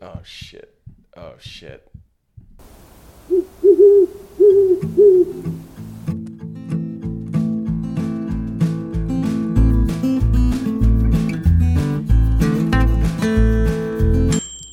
Oh shit. Oh shit.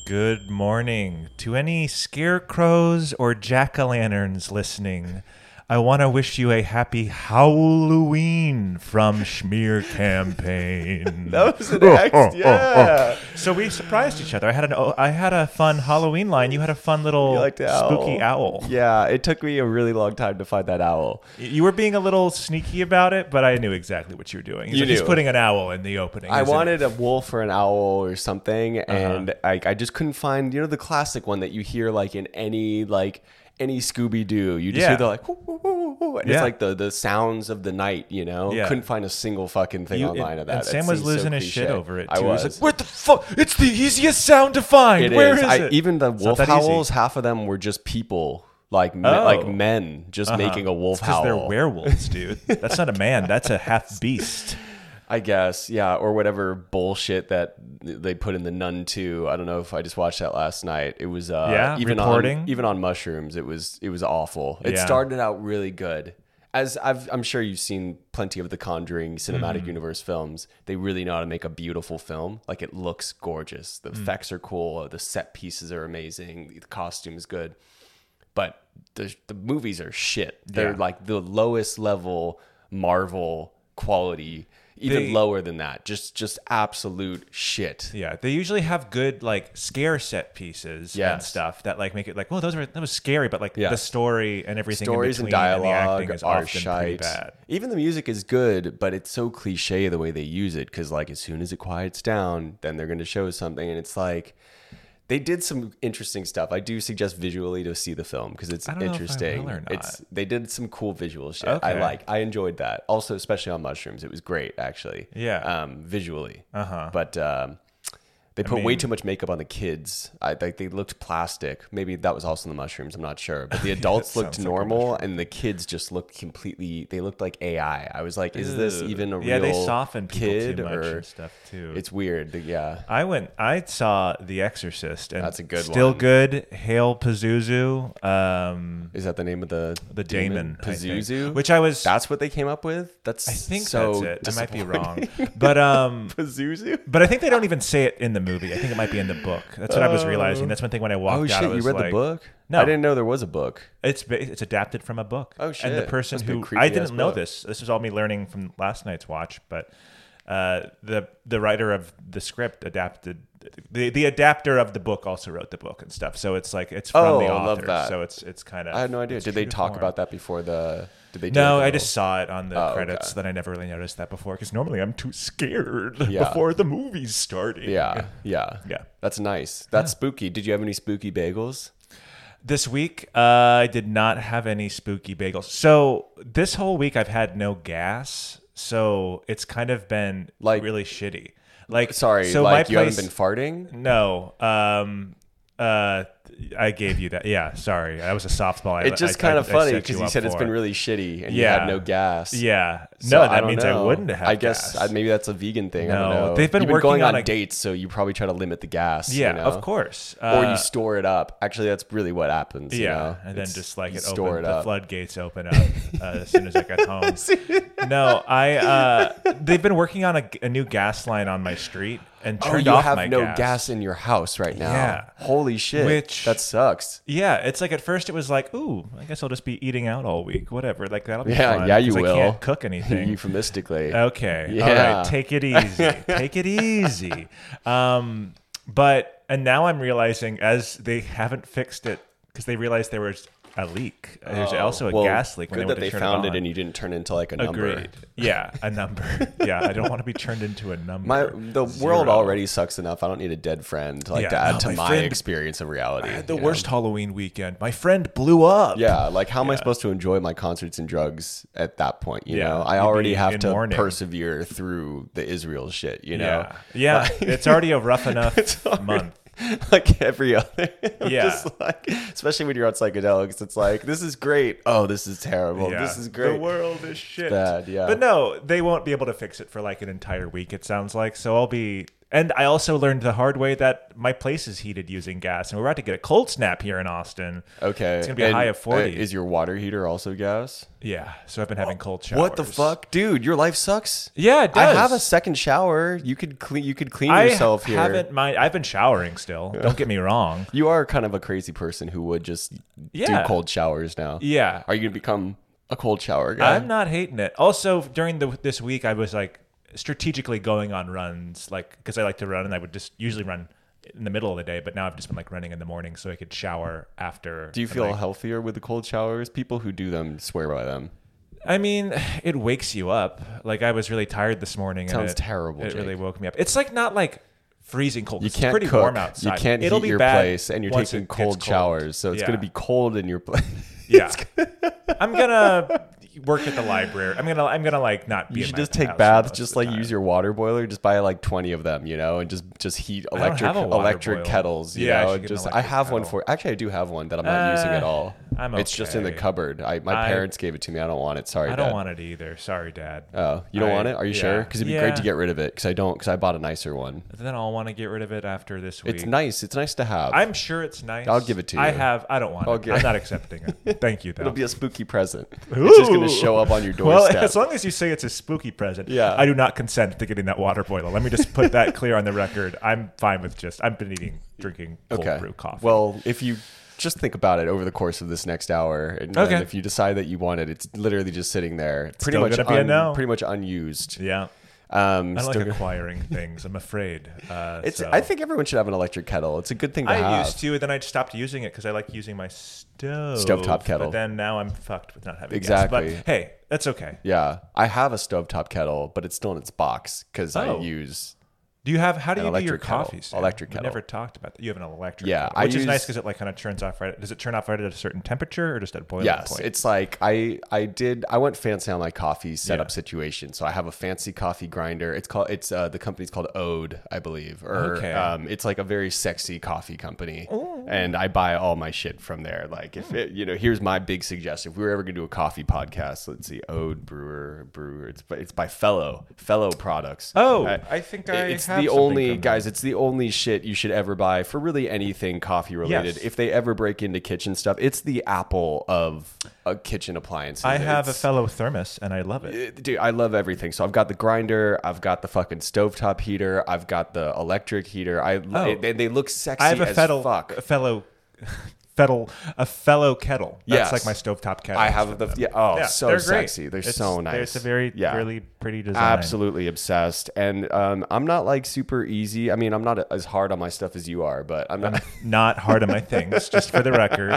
Good morning to any scarecrows or jack o' lanterns listening. I want to wish you a happy Halloween from Schmear Campaign. That was Oh, an X. Yeah. So we surprised each other. I had an oh, I had a fun Halloween line. You had a fun little You liked the owl. spooky owl. Yeah, it took me a really long time to find that owl. You were being a little sneaky about it, but I knew exactly what you were doing. He's, You like, he's knew. putting an owl in the opening. I Is it- Uh-huh. wanted a wolf or an owl or something, and I, I just couldn't find you know the classic one that you hear like in any like any Scooby Doo. You just Yeah. hear the like, "Woo, woo, woo, woo," and it's Yeah. like the the sounds of the night. You know, Yeah. couldn't find a single fucking thing You- online of that. and That Sam seems was so losing his shit cliche. over it too. I He was. like, "What the fuck? It's the easiest sound to find. It is. Where is I, it?" Even the It's wolf not that easy. howls, half of them were just people, like me, Oh. like men, just making a wolf Because howl. they're werewolves, dude. That's not a man. That's a half beast. I guess, yeah, or whatever bullshit that they put in the Nun Two. I don't know if I just watched that last night. It was uh, Yeah, even reporting? on even on mushrooms. It was it was awful. It Yeah. started out really good. As I've, I'm sure you've seen plenty of the Conjuring cinematic Mm-hmm. universe films, they really know how to make a beautiful film. Like it looks gorgeous. The Mm. effects are cool. The set pieces are amazing. The costume's good but the, the movies are shit. They're Yeah. like the lowest level Marvel quality, even They- lower than that. Just just absolute shit. Yeah, they usually have good like scare set pieces and Yes. stuff that like make it like, well, those were that was scary, but like Yeah. the story and everything, in Stories and between the dialogue acting is are often pretty shite. bad. Even the music is good, but it's so cliche the way they use it. Because like as soon as it quiets down, then they're going to show something, and it's like. They did some interesting stuff. I do suggest visually to see the film because it's I don't know if I interesting. will or not. It's they did some cool visual shit. I Okay. like. I enjoyed that. Also, especially on mushrooms, it was great actually. Yeah. Um, visually. Uh-huh. But um, they put way too much makeup on the kids. I like they looked plastic. Maybe that was also in the mushrooms. I'm not sure. But the adults sounds looked like a normal, and the kids just looked completely. They looked like AI. I was like, is this Ugh. even a real yeah? They soften people kid too much or and stuff too. it's weird? Yeah. I went. I saw The Exorcist, and That's a good still one. good. Hail Pazuzu, um, Is that the name of the the Damon, I think. Pazuzu? which I was. that's what they came up with. That's I think so that's it. I might be disappointing. wrong, but um, Pazuzu. But I think they don't even say it in the movie. I think it might be in the book. That's what I was realizing. That's one thing when I walked Oh out. I shit! You was read the like, book? No. I didn't know there was a book. It's ba- it's adapted from a book. Oh, And the shit. person Must be a who creepy I ass didn't know book. this. This was all me learning from last night's watch. But uh, the the writer of the script adapted the the adapter of the book also wrote the book and stuff. So it's like it's from Oh, the I author. love that. So it's it's kind of I had no idea. it's Did they true talk form. about that before the? Did they? do No, like a I little- just saw it on the Oh, credits okay. that I never really noticed that before because normally I'm too scared Yeah. before the movie's starting. Yeah, yeah, Yeah. That's nice. That's spooky. Did you have any spooky bagels? This week, uh, I did not have any spooky bagels. So this whole week, I've had no gas. So it's kind of been Like- like really shitty. Like Sorry, so like my you place, haven't been farting. no. Um, uh, I gave you that. Yeah, sorry, that was a softball. I- It's just I- I- kind of I funny set because you up said it's for. been really shitty and you Yeah. had no gas. Yeah, So no, that don't means I know. wouldn't have. I guess gas. uh, maybe that's a vegan thing. I don't No, know. they've been You've working going on, on a- dates, so you probably try to limit the gas. you yeah, know? of course. Or you Uh, store it up. Actually, that's really what happens. you Yeah, know? and then It's- just like you it store opened, it the up. floodgates open up uh, as soon as I got home. no, I uh, they've been working on a, a new gas line on my street and Oh, turned you off have my no gas. gas. in your house right now. Yeah. Holy shit. Which- that sucks. Yeah, it's like at first it was like, ooh, I guess I'll just be eating out all week, whatever. Like that'll be Yeah, fun, yeah, you 'cause will. I can't cook anything. Euphemistically. Okay. All Yeah. right. Take it easy. Take it easy. Um, but and now I'm realizing as they haven't fixed it because they realized there was a leak. There's also a Oh, Well, gas leak. When Good they went that to they turn found it, it, on. and you didn't turn into like a number. Agreed. Yeah, a number. yeah, I don't want to be turned into a number. My the world already sucks enough. I don't need a dead friend like Yeah, to add no, to my, my friend- experience of reality. I had the you know? worst Halloween weekend. My friend blew up. Yeah, like how am I supposed to enjoy my concerts and drugs at that point? You Yeah, know, I you'd already be have in to mourning. persevere through the Israel shit. You know, Yeah. Yeah. it's already a rough enough already- month. like every other. I'm Yeah. just like, especially when you're on psychedelics, it's like this is great. Oh, this is terrible. Yeah. This is great. The world is shit. bad, yeah. But no, they won't be able to fix it for like an entire week. It sounds like so. I'll be And I also learned the hard way that my place is heated using gas, and we're about to get a cold snap here in Austin. Okay. uh, It's gonna be a high of 40. is your water heater also gas? Yeah, so I've been having cold showers. What the fuck, dude? Your life sucks. Yeah, it I have a does. second shower. You could clean. You could clean I yourself here. haven't mind. I've been showering still. Don't get me wrong. You are kind of a crazy person who would just Yeah. do cold showers now. Yeah, Are you gonna become a cold shower guy? I'm not hating it. Also, during the this week, I was like strategically going on runs, like because I like to run, and I would just usually run in the middle of the day. But now I've just been like running in the morning so I could shower after. do you feel healthier with the cold showers? People who do them swear by them. I mean, it wakes you up. Like I was really tired this morning. Sounds and it, terrible, It really Jake. woke me up. It's like not like freezing cold. You it's can't pretty cook. warm outside. You can't It'll heat be your bad place, and you're once taking it gets cold showers, so it's Yeah. gonna be cold in your place. Yeah, I'm gonna work at the library. I'm gonna I'm gonna like not. Be You in should my just take house baths. most of Just the like time. use your water boiler. Just buy like twenty of them, you know, and just just heat don't electric have a water electric boiler. kettles. You Yeah, I know, should and get an just I electric have one kettle. for. Actually, I do have one that I'm not using at Uh, all. I'm It's just in the okay. cupboard. I, my I- parents gave it to me. I don't want it. Sorry, I Dad. don't want it either. Sorry, Dad. Oh, you don't I- want it? Are you yeah. sure? Because it'd be great to Yeah. get rid of it. Because I don't. Because I bought a nicer one. then I'll want to get rid of it after this week. It's nice. It's nice to have. I'm sure it's nice. I'll give it to I you. have. I don't want it. Okay. I'm not accepting it. Thank you, though. It'll be a spooky present. It's just gonna Ooh. show up on your well, doorstep. as long as you say it's a spooky present, Yeah. I do not consent to getting that water boiler. Let me just put that clear on the record. I'm fine with just. I've been eating, drinking cold okay. brew coffee. Well, if you just think about it over the course of this next hour, and then Okay. if you decide that you want it, it's literally just sitting there. It's still gonna be a no. pretty much unused. yeah. Um, I still don't like go- acquiring things. I'm afraid. Uh, it's. so- I think everyone should have an electric kettle. It's a good thing to I have. used to, and then I stopped using it because I like using my stove. Stovetop kettle. But then now I'm fucked with not having Exactly. Gas. But hey, that's okay. Yeah, I have a stovetop kettle, but it's still in its box because Oh. I use. Do you have? How do An you do your electric kettle. coffee? Sam? Electric We kettle. Never talked about that. You have an electric. Yeah, kettle, I which is nice use- because it like kind of turns off right. Does it turn off right at a certain temperature or just at boiling Yes, point? it's like I I did I went fancy on my coffee setup Yeah. situation. So I have a fancy coffee grinder. It's called it's uh, the company's called Ode, I believe, or Okay. Oh. um, it's like a very sexy coffee company. And I buy all my shit from there. Like Hmm. if it, you know, here's my big suggestion: if we were ever gonna do a coffee podcast, let's see, Ode Brewer Brewer. It's by, it's by Fellow Fellow Products. Uh, Oh, I think I It's have the something only from guys. It's the only shit you should ever buy for really anything coffee related. Yes. If they ever break into kitchen stuff, it's the apple of a kitchen appliances. I have a It's- uh, fellow thermos and I love it. Dude, I love everything. So I've got the grinder, I've got the fucking stovetop heater, I've got the electric heater. I Oh. they, they look sexy I have a as fellow fuck. a fellow fettle a fellow kettle. Yes. That's like my stovetop kettle. I have the yeah, oh Yeah, so they're great. sexy. They're It's- so nice. It's a very really pretty design. absolutely obsessed. And um, I'm not like super easy. I mean, I'm not as hard on my stuff as you are, but I'm not. Not hard on my things, just for the record. Uh,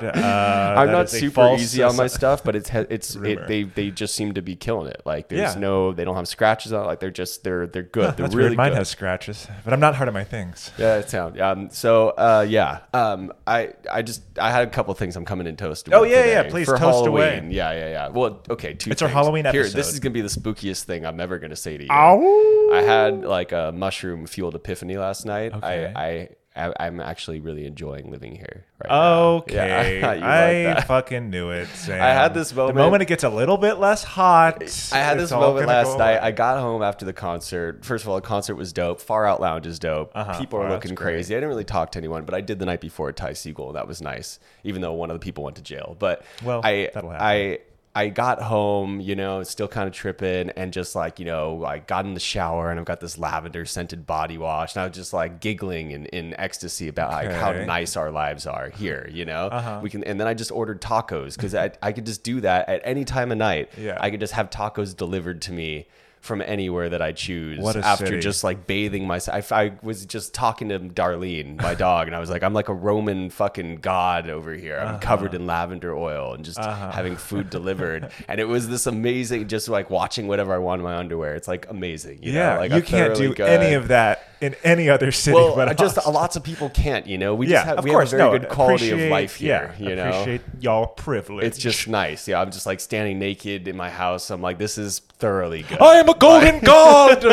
I'm that not is a super false easy on my assu- stuff, but it's he- it's it, Rumor. they they just seem to be killing it. Like there's Yeah. no they don't have scratches on. it. Like they're just they're they're good. they're That's really weird. Mine good. has scratches, but I'm not hard on my things. yeah, it sound. Um, so uh, yeah, um, I I just I had a couple things I'm coming in toast. with Oh, yeah, today yeah, please for toast away. Halloween. Yeah, yeah, yeah. Well, okay, two. It's our things. Halloween Here, this episode. is gonna be the spookiest thing I'm ever gonna say to you. Ow! I had like a mushroom fueled epiphany last night. Okay. I. I I- I'm actually really enjoying living here. Right now. Yeah, Okay, I thought you I, liked that. fucking knew it. Sam. I had this moment- The moment it gets a little bit less hot. I had it's this all moment gonna go last night. away. I got home after the concert. First of all, the concert was dope. Far Out Lounge is dope. Uh-huh. People are Oh, looking that's great. crazy. I didn't really talk to anyone, but I did the night before at Ty Siegel. That was nice, even though one of the people went to jail. But Well, I, that'll happen. I, I got home, you know, still kind of tripping, and just like you know, I got in the shower and I've got this lavender scented body wash, and I was just like giggling in, in ecstasy about like how Okay. nice our lives are here, you know. Uh-huh. We can, and then I just ordered tacos because I, I could just do that at any time of night. Yeah. I could just have tacos delivered to me from anywhere that I choose What a after city. just like bathing myself. I, I was just talking to Darlene, my dog, and I was like, I'm like a Roman fucking god over here. I'm Uh-huh. covered in lavender oil and just having food delivered. and it was this amazing, just like watching whatever I want in my underwear. It's like amazing. You yeah, know? like you I'm can't thoroughly do good. any of that in any other city. Well, but I just Austin. a lots of people can't, you know. We Yeah, just have, of we course. have a very no, good quality of appreciate- life here. Yeah, you know, appreciate y'all privilege. it's just nice. Yeah, I'm just like standing naked in my house. I'm like, this is thoroughly good. I am a golden god.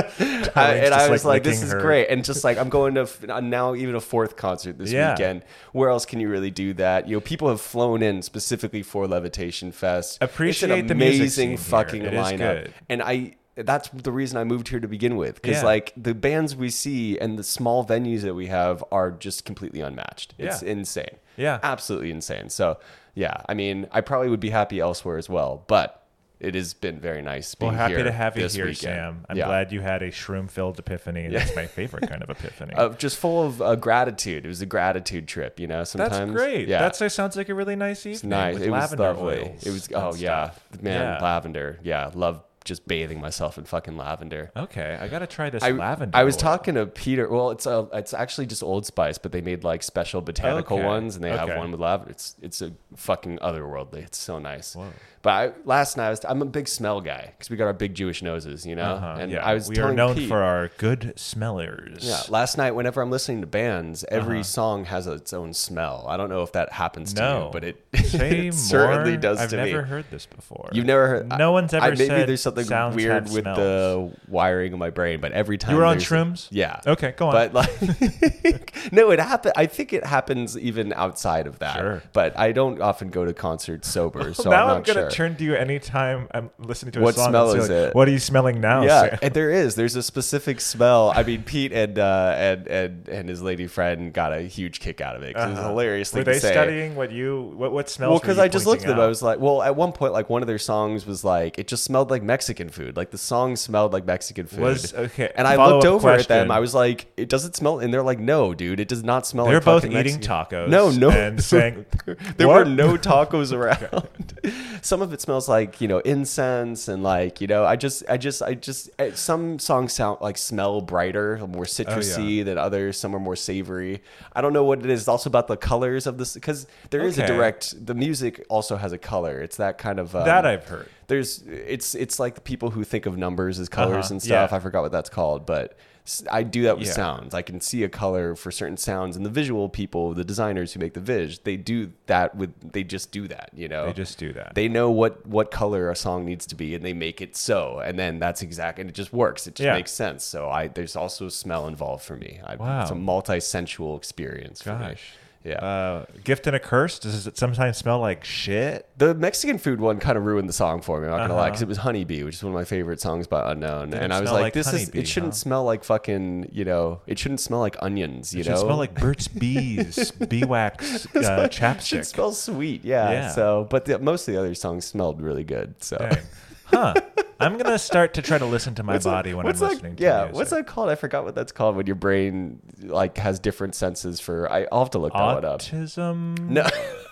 I- Darlene's and I just, was like, like, this licking is her- great. And just like, I'm going to f- uh, now even a fourth concert this Yeah. weekend. Where else can you really do that? You know, people have flown in specifically for Levitation Fest. Appreciate it's an the music amazing scene here. fucking It is lineup. good. And I. that's the reason I moved here to begin with. Because Yeah. like the bands we see and the small venues that we have are just completely unmatched. It's Yeah. insane. Yeah. Absolutely insane. So yeah, I mean, I probably would be happy elsewhere as well, but it has been very nice being Well, happy here to have you this here, weekend. Sam. I'm Yeah. glad you had a shroom-filled epiphany. That's my favorite kind of epiphany. Uh, just full of uh, gratitude. It was a gratitude trip, you know. Sometimes That's great. Yeah, That sounds like a really nice evening. it's nice. With It was lavender lovely. oils It was. and Oh yeah, stuff. man, Yeah. lavender. Yeah, love just bathing myself in fucking lavender. Okay, I gotta try this I, lavender. I was oil. talking to Peter. Well, it's a, it's actually just Old Spice, but they made like special botanical Okay. ones, and they have Okay. one with lavender. It's it's a fucking otherworldly. It's so nice. But I, last night I was, I'm a big smell guy because we got our big Jewish noses, you know. Uh-huh, And yeah. I was we are telling known Pete- for our good smellers. Yeah, last night whenever I'm listening to bands, every Uh-huh. song has its own smell. I don't know if that happens to No, you, but it, Say it certainly more. does I've to never me. heard this before. You've never heard. No one's ever I, maybe said there's something sounds weird have with smells. the wiring of my brain, but every time You were on there's- shrooms? yeah. Okay, go on. But like, no, it happened. I think it happens even outside of that. Sure. But I don't often go to concerts sober, so now I'm not I'm gonna sure. turn to you anytime I'm listening to a What song. and smell say, is like, it? What are you smelling now? yeah, Sam?" and there is. There's a specific smell. I mean, Pete and uh, and and and his lady friend got a huge kick out of it. 'cause It was a hilarious Uh-huh. Were thing they to say. studying what you what what smells? well, because because I just looked at them, I was like, well, at one point, like one of their songs was like, it just smelled like Mexican food. Like the song smelled like Mexican food. Was- okay, And I follow-up looked over at question. them. I was like, it doesn't smell. And they're like, no, dude, it does not smell. They're like both fucking eating Mexican. tacos. No, no, and saying there "What?" were no tacos around. some of it smells like you know incense and like you know. I just, I just, I just. eh, Some songs sound like smell brighter, Oh, more citrusy than others. Some are more savory. I don't know what it is. It's also about the colors of this because there is a Okay. direct. The music also has a color. It's that kind of um, that I've heard. There's it's it's like the people who think of numbers as colors Uh-huh, and stuff. yeah. I forgot what that's called, but s- I do that with Yeah. sounds. I can see a color for certain sounds, and the visual people, the designers who make the vis, they do that with they just do that. You know, They just do that. They know what what color a song needs to be, and they make it so, and then that's exact, and it just works. It just Yeah. makes sense. So I there's also smell involved for me. I, Wow. it's a multi sensual experience. For Gosh. me. yeah. uh, gift and a curse. Does it sometimes smell like shit? The Mexican food one kind of ruined the song for me. I'm not gonna lie, because it was Honeybee, which is one of my favorite songs by Unknown, and I was Uh-huh. smell like, like this is honeybee, it shouldn't huh? smell like fucking you know it shouldn't smell like onions you It know should smell like Burt's Bees bee wax uh, it should chapstick. smell sweet yeah, Yeah. so but the, most of the other songs smelled really good so Dang. Huh. I'm gonna start to try to listen to my What's that- body when I'm what's that- listening to yeah music. what's that called I forgot what that's called when your brain like has different senses for I I'll have to look that one up Autism. no.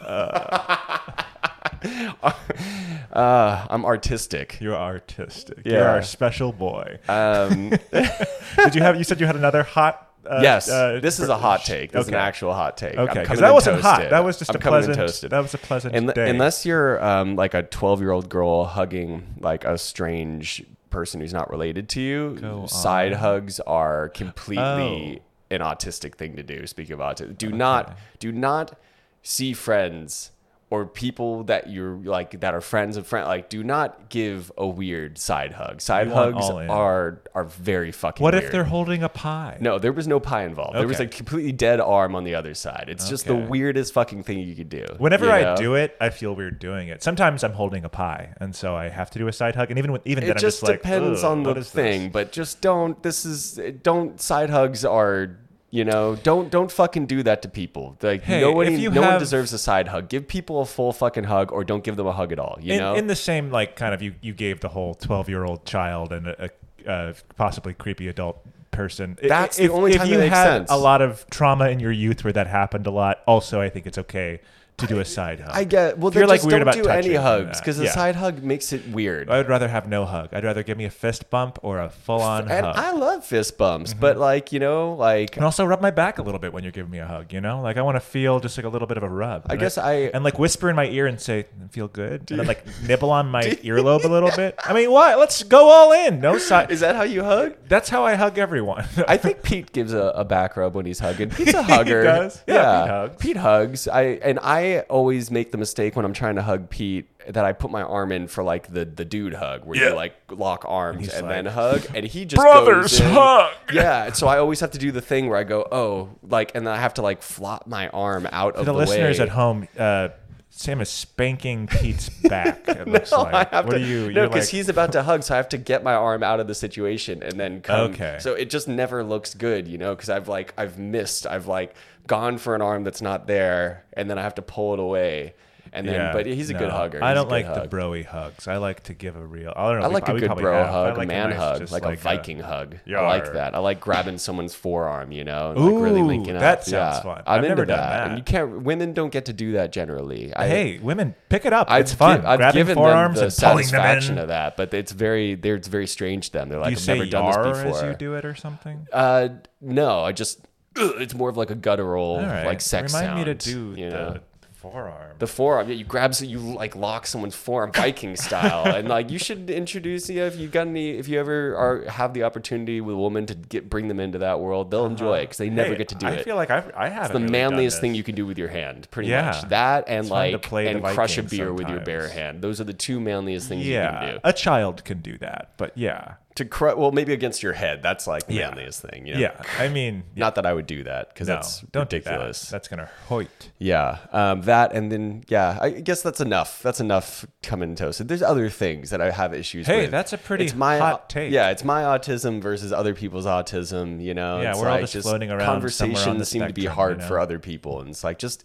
uh, I'm artistic. You're artistic. Yeah. You're our special boy. Um, Did you have? You said you had another hot. Uh, yes, uh, this is a hot take. This is an okay. actual hot take. I'm Okay, because coming that in wasn't hot. toasted. That was just I'm a coming in pleasant. toasted. That was a pleasant Unle- day. Unless you're um, like a 12 year old girl hugging like a strange person who's not related to you, side hugs are completely Oh. an autistic thing to do. Speaking of autism, do not do not see friends or people that you're like that are friends of friends. Like, do not give a weird side hug. Side You want hugs all in. are are very fucking. what if weird. they're holding a pie? No, there was no pie involved. There was Okay. a completely dead arm on the other side. It's just the Okay. weirdest fucking thing you could do. Whenever you I know? do it, I feel weird doing it. Sometimes I'm holding a pie, and so I have to do a side hug. And even with, even it then, just, I'm just like, depends "Ugh, on what the is this?" thing, but just don't. This is don't side hugs are. You know, don't don't fucking do that to people. Like Hey, nobody, if you no one have- deserves a side hug. Give people a full fucking hug, or don't give them a hug at all. You in, know, in the same like kind of you you gave the whole 12 year old child and a, a, uh possibly creepy adult person I- That's the if, only if time you that makes had sense. a lot of trauma in your youth where that happened a lot also i think it's okay to do a side hug I get. Well, If you're then like just weird don't about do touching any and hugs that, because a yeah. side hug makes it weird. i would rather have no hug i'd rather give me a fist bump or a full-on and hug Mm-hmm. I love fist bumps, but like you know, like and also rub my back a little bit when you're giving me a hug, you know? Like I want to feel just like a little bit of a rub. I guess I- and like whisper in my ear and say, "Feel good," and then like nibble on my earlobe a little bit. I mean, what? Let's go all in. No side. is that how you hug? That's how I hug everyone. I think Pete gives a, a back rub when he's hugging. Pete's a hugger. does. Yeah, Pete hugs. Pete hugs. I and I always make the mistake when I'm trying to hug Pete that I put my arm in for like the the dude hug where Yeah. you like lock arms he's and like, then hug, and he just "Brothers, goes in. hug!" Yeah, and so I always have to do the thing where I go oh like, and then I have to like flop my arm out of the the way. listeners at home, uh, Sam is spanking Pete's back. It looks like. I have what to, are you? No, you're because like, he's about to hug, so I have to get my arm out of the situation and then come. Okay. So it just never looks good, you know, because I've like I've missed, I've like gone for an arm that's not there, and then I have to pull it away, and then Yeah, but he's a good no. hugger. I He's a don't good like hug. the broy hugs. I like to give a real. I don't know. I we- like a we good probably bro have. I hug, like a man nice hug, just like, a Viking hug. I Yar. like that. I like grabbing someone's forearm, you know, and Ooh, like really linking up. that sounds Yeah. fun. I'm I've into never done that. And that. you can't. Women don't get to do that generally. I, hey, women, pick it up. I've it's fun. gi- I've Grabbing given forearms them the and pulling them in. satisfaction of that, but it's very, they're, it's very strange to them. They're like, you I've say never done yar this before. as you do it or something? Uh, no, I just, it's more of like a guttural, All right. like sex Remind me to sound, do you the know? forearm. The forearm, yeah, you grab, so you like lock someone's forearm, Viking style, and like you should introduce, you know, if you got any, if you ever are have the opportunity with a woman to get bring them into that world, they'll enjoy it because they never Uh-huh. Hey, get to do I it. feel like I've, I haven't. it's the really done manliest thing this. you can do with your hand, pretty Yeah. much. That and fun to like play the and crush a Vikings beer with your bare sometimes. hand. Those are the two manliest things you can Yeah, do. a child can do that, but yeah, to crush, well, maybe against your head. That's like the Yeah. manliest thing. You know? yeah. I mean, yeah, Not that I would do that because no, that's don't do that. ridiculous. That's gonna hurt. Yeah, um, that and then yeah, I guess that's enough. That's enough coming toasted. There's other things that I have issues. Hey, with. that's a pretty It's my, hot take. Yeah, it's my autism versus other people's autism. You know, Yeah, it's we're all just floating around somewhere on the Conversations seem to be spectrum, hard you know? for other people, and it's like just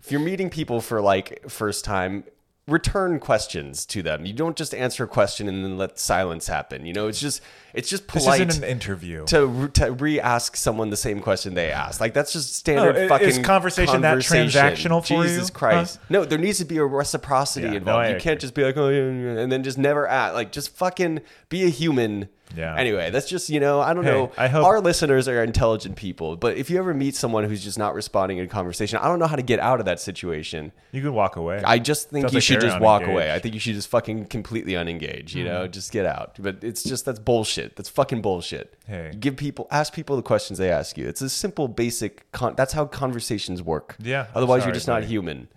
if you're meeting people for like first time. Return questions to them. You don't just answer a question and then let silence happen. You know, it's just it's just This polite isn't an interview. to re- to re-ask someone the same question they asked. Like that's just standard No, i- fucking is conversation that transactional for you? Jesus Christ! No, there needs to be a reciprocity Yeah, no, involved. I you agree. can't just be like, oh, yeah, yeah," and then just never act. Like just fucking be a human. Yeah. Anyway, that's just you know I don't Hey, know. I hope- our listeners are intelligent people, but if you ever meet someone who's just not responding in conversation, I don't know how to get out of that situation. you can walk away. I just think Sounds you like should they're just walk unengaged. Mm-hmm. away. I think you should just fucking completely unengage, you know, just get out. But it's just that's bullshit. That's fucking bullshit. Hey. You give people ask people the questions they ask you. It's a simple basic con- that's how conversations work. Yeah, I'm Otherwise sorry, you're just buddy. not human.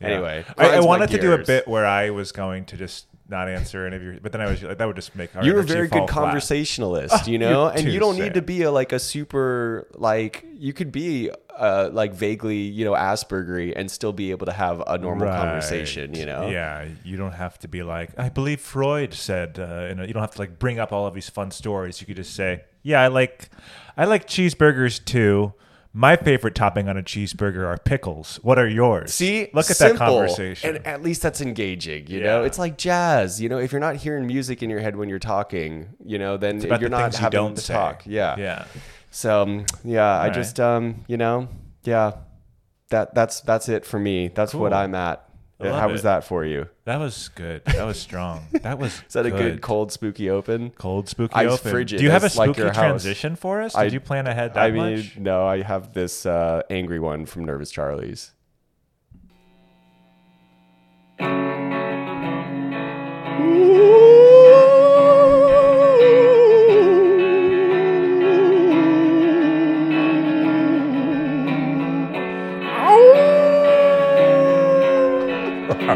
Yeah. Anyway, I, I grinds my wanted to do a gears. bit where I was going to just not answer any of your, but then I was like, that would just make our You're a energy very fall good flat. conversationalist, you know, you and too, you don't need to Sam. be a, like a super like you could be uh, like vaguely you know Aspergery and still be able to have a normal Right. conversation, you know. Yeah, you don't have to be like I believe Freud said. Uh, you know, you don't have to like bring up all of these fun stories. You could just say, "Yeah, I like, I like cheeseburgers too. My favorite topping on a cheeseburger are pickles. What are yours? See, look at that Simple. conversation. and at least that's engaging. You Yeah. know, it's like jazz. You know, if you're not hearing music in your head when you're talking, you know, then about you're the not things you having don't the say. talk. Yeah. yeah, So um, yeah, I right. just um, you know, yeah, that that's that's it for me. That's what Cool. I'm at. I love How was it. that for you? that was good. That was strong. That was Is that a good cold spooky open? cold spooky Ice open. frigid Do you have a is like spooky your house. transition for us? Did I- you plan ahead that I mean, much? no, I have this uh, angry one from Nervous Charlie's.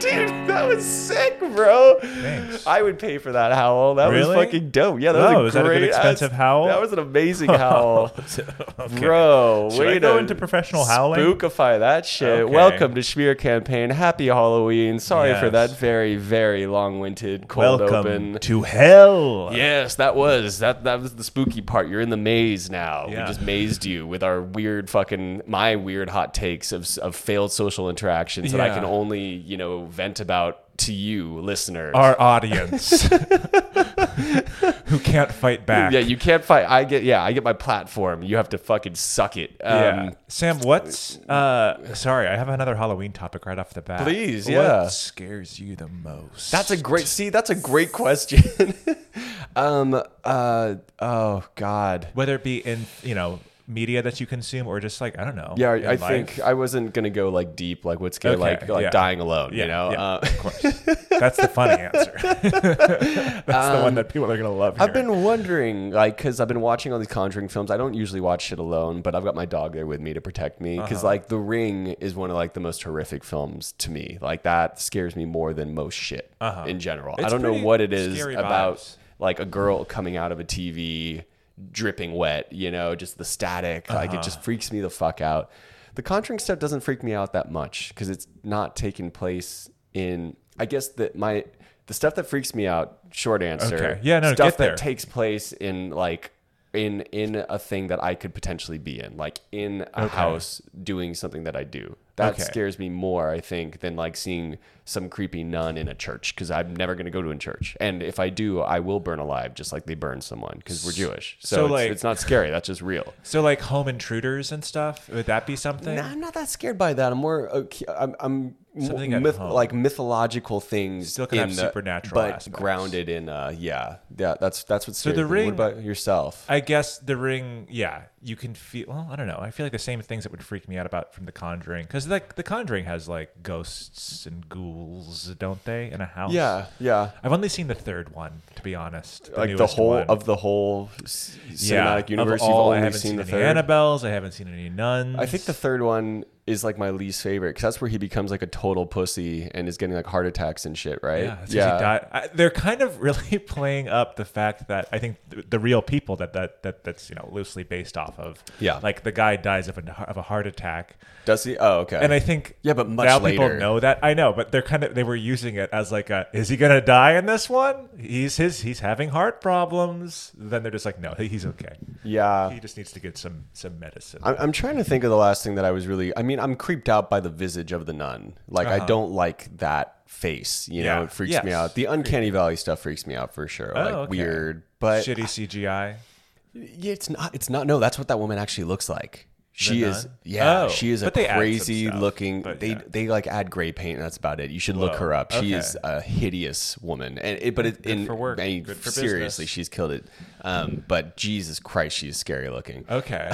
Dude, that was sick, bro. Thanks. I would pay for that howl. That Really? was fucking dope. Yeah, that Wow, was is a that a good great expensive howl? That was an amazing howl, Okay. bro. Should way I go to into professional howling? Spookify that shit. Okay. Welcome to Schmear Campaign. Happy Halloween. Sorry for Yes. that very, very long-winded cold Welcome open. to hell. Yes, that was that. That was the spooky part. You're in the maze now. Yeah. We just mazed you with our weird fucking my weird hot takes of of failed social interactions that I Yeah. can only you know vent about to you, listener. our audience who can't fight back. yeah, you can't fight. I get yeah, I get my platform. You have to fucking suck it. Um, Yeah. Sam, what's uh sorry, I have another Halloween topic right off the bat. Please, yeah. What scares you the most? That's a great see. That's a great question. um. Uh. Oh God. whether it be in you know, media that you consume or just like I don't know. Yeah, in I life. think I wasn't gonna go like deep, like what's scared, Okay, like like yeah. dying alone. Yeah, you know. yeah, Uh, of course. That's the funny answer. That's the one that people are gonna love. Um, I've hearing. been wondering, like, because I've been watching all these Conjuring films. I don't usually watch shit alone, but I've got my dog there with me to protect me. Uh-huh. Because like, The Ring is one of like the most horrific films to me. Like that scares me more than most shit in general. I Uh-huh. It's don't know pretty what it is scary about vibes. like a girl coming out of a TV dripping wet, you know, just the static. Like it Uh-huh. just freaks me the fuck out. The Conjuring stuff doesn't freak me out that much because it's not taking place in. I guess that my the stuff that freaks me out. Short answer. Okay. Yeah, no, stuff get that there. takes place in like in in a thing that I could potentially be in, like in a house doing something that I do. That Okay. scares me more, I think, than like seeing some creepy nun in a church because I'm never going to go to a church. And if I do, I will burn alive, just like they burn someone because we're Jewish. So, So, it's, like- it's not scary. That's just real. So like home intruders and stuff. Would that be something? No, I'm not that scared by that. I'm more uh, cu- I'm, I'm m- Something at myth- home. like mythological things Still can in have the- supernatural but aspects. grounded in uh yeah yeah that's that's what's so The Ring- what about yourself I guess the ring, yeah, you can feel. Well, I don't know. I feel like the same things that would freak me out about from The Conjuring, because like The Conjuring has like ghosts and ghouls, don't they, in a house? yeah yeah I've only seen the third one, to be honest. The like the newest whole one. of the whole s- cinematic of universe. all, I you've only haven't seen the any third. Annabelles. I haven't seen any nuns. I think the third one is like my least favorite because that's where he becomes like a total pussy and is getting like heart attacks and shit, right? Yeah, that's yeah. I, they're kind of really playing up the fact that I think th- the real people that, that that that's you know loosely based off of. Yeah. like the guy dies of a of a heart attack, Does he? Oh, okay. and I think Yeah, but much now later. people know that. I know, but they're kind of they were using it as like a is he gonna die in this one? He's his he's having heart problems. Then they're just like no, he- he's okay. yeah. He just needs to get some some medicine. I'm, I'm trying to think of the last thing that I was really. I mean, I'm creeped out by the visage of the nun. Like, I don't like that face. You know, Uh-huh. Yeah. it freaks Yes. Oh, me out. The uncanny valley stuff freaks me out for sure. like okay. weird, but Shitty CGI. Yeah, it's not. It's not. No, that's what that woman actually looks like. She is. nun? Yeah, Oh, she is a but they add some crazy stuff, looking. but They yeah. they like add gray paint. and That's about it. You should look Whoa, her up. She is okay. a hideous woman, and it, but it, in for work, I mean, good for seriously, business. she's killed it. Um, but Jesus Christ, she is scary looking. Okay.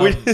We-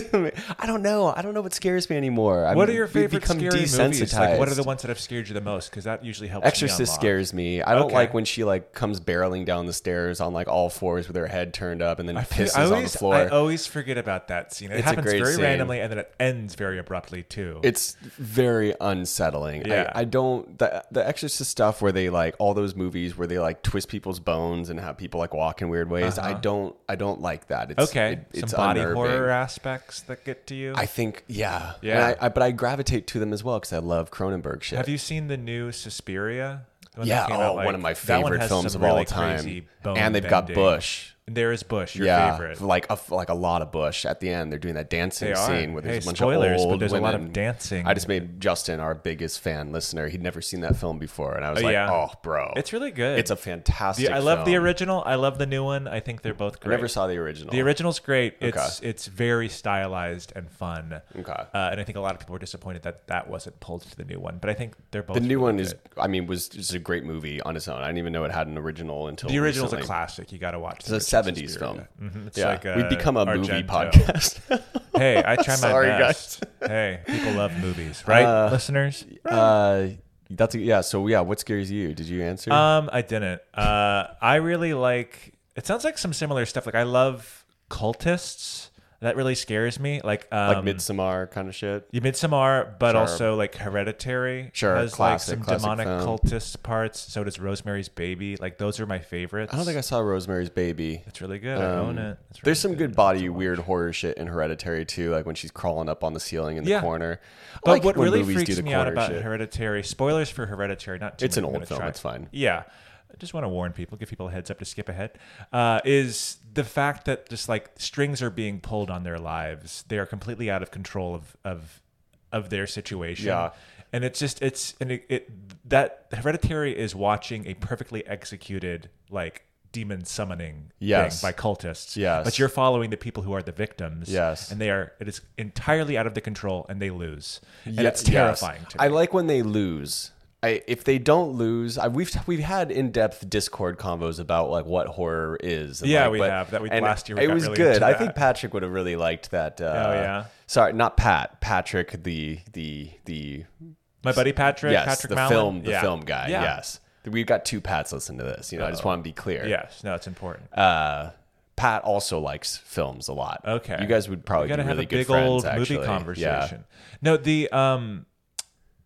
I don't know. I don't know what scares me anymore. I um, What are mean, your we've favorite become scary movies? Like, what are the desensitized. ones that have scared you the most? Because that usually helps. me Exorcist unlock. scares me. I don't Okay. like when she like comes barreling down the stairs on like all fours with her head turned up and then I pisses always, on the floor. I always forget about that scene. It It's a happens great very scene. randomly, and then it ends very abruptly too. it's very unsettling. Yeah. I, I don't the the Exorcist stuff where they like all those movies where they like twist people's bones and have people like walk in weird ways. I don't I don't like that. It's, Uh-huh. okay, it- it's some body unnerving. horror aspects that get to you. I think yeah And Yeah. I, I, but I gravitate to them as well because I love Cronenberg shit. Have you seen the new Suspiria? The one that yeah, came oh, out, one like- of my that one favorite has films some of all really time. crazy And they've got bone-bending- Bush. There is Bush, your yeah, favorite. like a, like a lot of Bush at the end. They're doing that dancing They are. scene where there's Hey, a bunch spoilers, of but old there's a lot of women. dancing. I just made Justin our biggest fan listener. He'd never seen that film before, and I was Oh, like, yeah. "Oh, bro, It's really good. It's a fantastic. The- I love the film. original. I love the new one. I think they're both I great. never saw the original. The original's great. It's it's very stylized and fun. Okay. Uh, and I think a lot of people were disappointed that that wasn't pulled to the new one. But I think they're both The new really one is, good. I mean, was just a great movie on its own. I didn't even know it had an original until the original's recently. a classic. You got to watch. It's a seventies film. Mhm, it's yeah, like, uh, we've become a movie Argento. podcast. hey, I try my Sorry, best. hey, people love movies, right, listeners? uh, that's a, yeah. So yeah, what scares you? Did you answer? Um, I didn't. Uh, I really like. It sounds like some similar stuff. Like I love cultists. That really scares me. Like um, like Midsommar kind of shit. Yeah, Midsommar, but also like Hereditary Sure, has classic- like some classic demonic film. cultist parts. So does Rosemary's Baby. Like those are my favorites. I don't think I saw Rosemary's Baby. it's really good. I own it. It's really There's some good body weird horror shit in Hereditary too, like when she's crawling up on the ceiling in the Yeah. corner. I But like what when really movies freaks do the me out corner about shit. Hereditary, spoilers for Hereditary, not too It's an many, I'm old gonna film, try. it's fine. Yeah. I just want to warn people, give people a heads up to skip ahead, uh, is the fact that just like strings are being pulled on their lives. They are completely out of control of of, of their situation. Yeah. And it's just, it's, and it, it, that Hereditary is watching a perfectly executed, like, demon summoning Yes. thing by cultists. Yes. But you're following the people who are the victims. Yes. And they are, it is entirely out of the control and they lose. And Yeah, it's terrifying yes. to me. I like when they lose. I, if they don't lose, I, we've we've had in depth Discord combos about like what horror is. and, Yeah, like, we have. That we- and last year we it got was really good. into I that. think Patrick would have really liked that. Uh, oh yeah? Sorry, not Pat. Patrick, the the the My buddy Patrick, yes, Patrick the Mallon. film, the Yeah. film guy. Yeah. Yes, we've got two Pats. Listen to this. You know, I just want to be clear. Yes, no, it's important. Uh, Pat also likes films a lot. Okay. you guys would probably we gotta be Oh, have really a good big friends, old actually. movie Yeah. conversation. No, the um,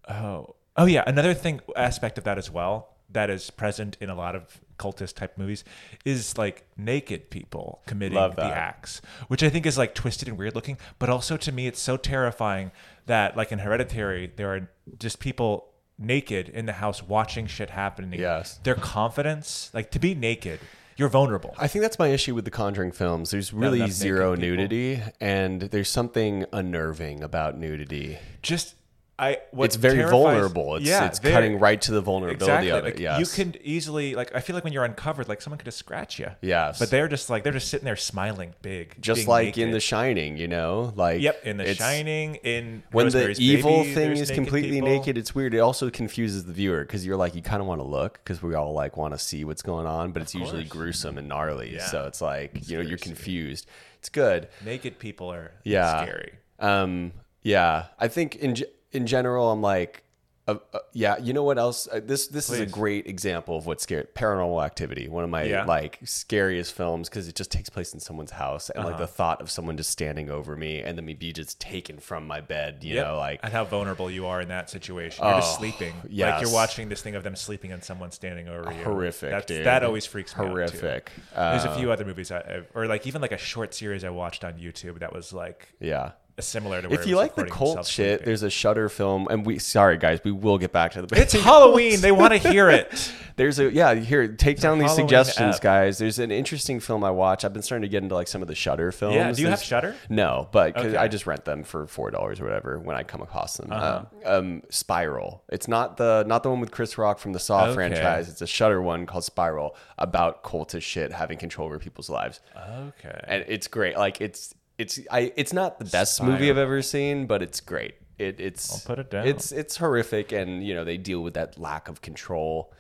oh, oh yeah, another thing aspect of that as well that is present in a lot of cultist type movies is like naked people committing Love the that. acts, which I think is like twisted and weird looking. But also to me, it's so terrifying that like in Hereditary, there are just people naked in the house watching shit happening. Yes. Their confidence, like to be naked, you're vulnerable. I think that's my issue with the Conjuring films. There's really enough naked zero people. nudity, and there's something unnerving about nudity. Just I what it's very terrifies- vulnerable. It's, yeah, it's very- cutting right to the vulnerability exactly. of it. Like, yes. You can easily like I feel like when you're uncovered, like someone could just scratch you. Yes. But they're just like they're just sitting there smiling big. just being like in naked. The Shining, you know, like Yep, in The it's- Shining, in When Rosemary's the evil Baby, thing there's is naked completely people. naked, it's weird. It also confuses the viewer because you're like, you kind of want to look because we all like want to see what's going on, but it's usually course. gruesome and gnarly. Yeah. So it's like, you know, very you're scary. confused. It's good. naked people are Yeah. scary. Um, yeah, I think in ge- in general, I'm like, uh, uh, yeah. You know what else? Uh, this this is a Please. great example of what scary Paranormal Activity, one of my Yeah. like scariest films because it just takes place in someone's house, and like the Uh-huh. thought of someone just standing over me and then me be just taken from my bed, you Yep. know, like Oh, and how vulnerable you are in that situation. You're just sleeping. Like yes. you're watching this thing of them sleeping and someone standing over you. horrific. That's, dude. That always freaks me out. too. horrific. There's a Uh, few other movies, I, I've- or like even like a short series I watched on YouTube that was like yeah. similar to. Where If it you was like the recording cult himself shit, sleeping. there's a Shutter film, and we sorry guys, we will get back to the. it's Halloween. They want to hear it. There's a yeah. Here, take down these Halloween suggestions, app. guys. There's an interesting film I watch. I've been starting to get into like some of the Shutter films. Yeah, do you have There's- Shudder? No, but 'cause Okay. I just rent them for four dollars or whatever when I come across them. Uh-huh. Uh, um, Spiral. It's not the not the one with Chris Rock from the Saw Okay. franchise. It's a Shutter one called Spiral about cultist shit having control over people's lives, Okay. and it's great. Like it's it's I it's not the best movie I've ever seen, but it's great. It, it's I'll put it down. It's it's horrific, and you know they deal with that lack of control.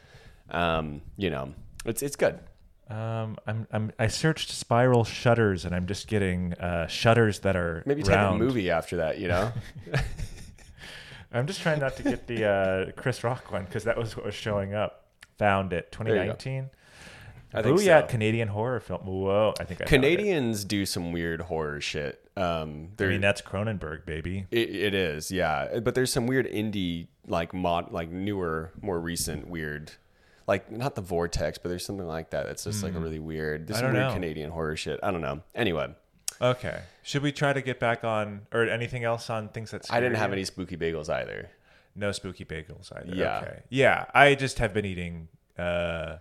Um, you know, it's it's good. Um, I'm, I'm I searched spiral shutters and I'm just getting uh, shutters that are Maybe type round. a movie after that. You know, I'm just trying not to get the uh, Chris Rock one because that was what was showing up. Found it. go. 2019. I think Booyah, so. Canadian horror film. Whoa, I think I found it. Canadians do some weird horror shit. Um, I there mean, that's Cronenberg, baby. it, it is, yeah. But there's some weird indie, like mod, like newer, more recent weird. Like not the vortex, but there's something like that. That's just like a really weird. There's Hmm. I some don't weird know. Canadian horror shit. I don't know. Anyway, Okay. Should we try to get back on or anything else on things that I didn't scare have you? any spooky bagels either. no spooky bagels either. Yeah. Okay. Yeah, I just have been eating. uh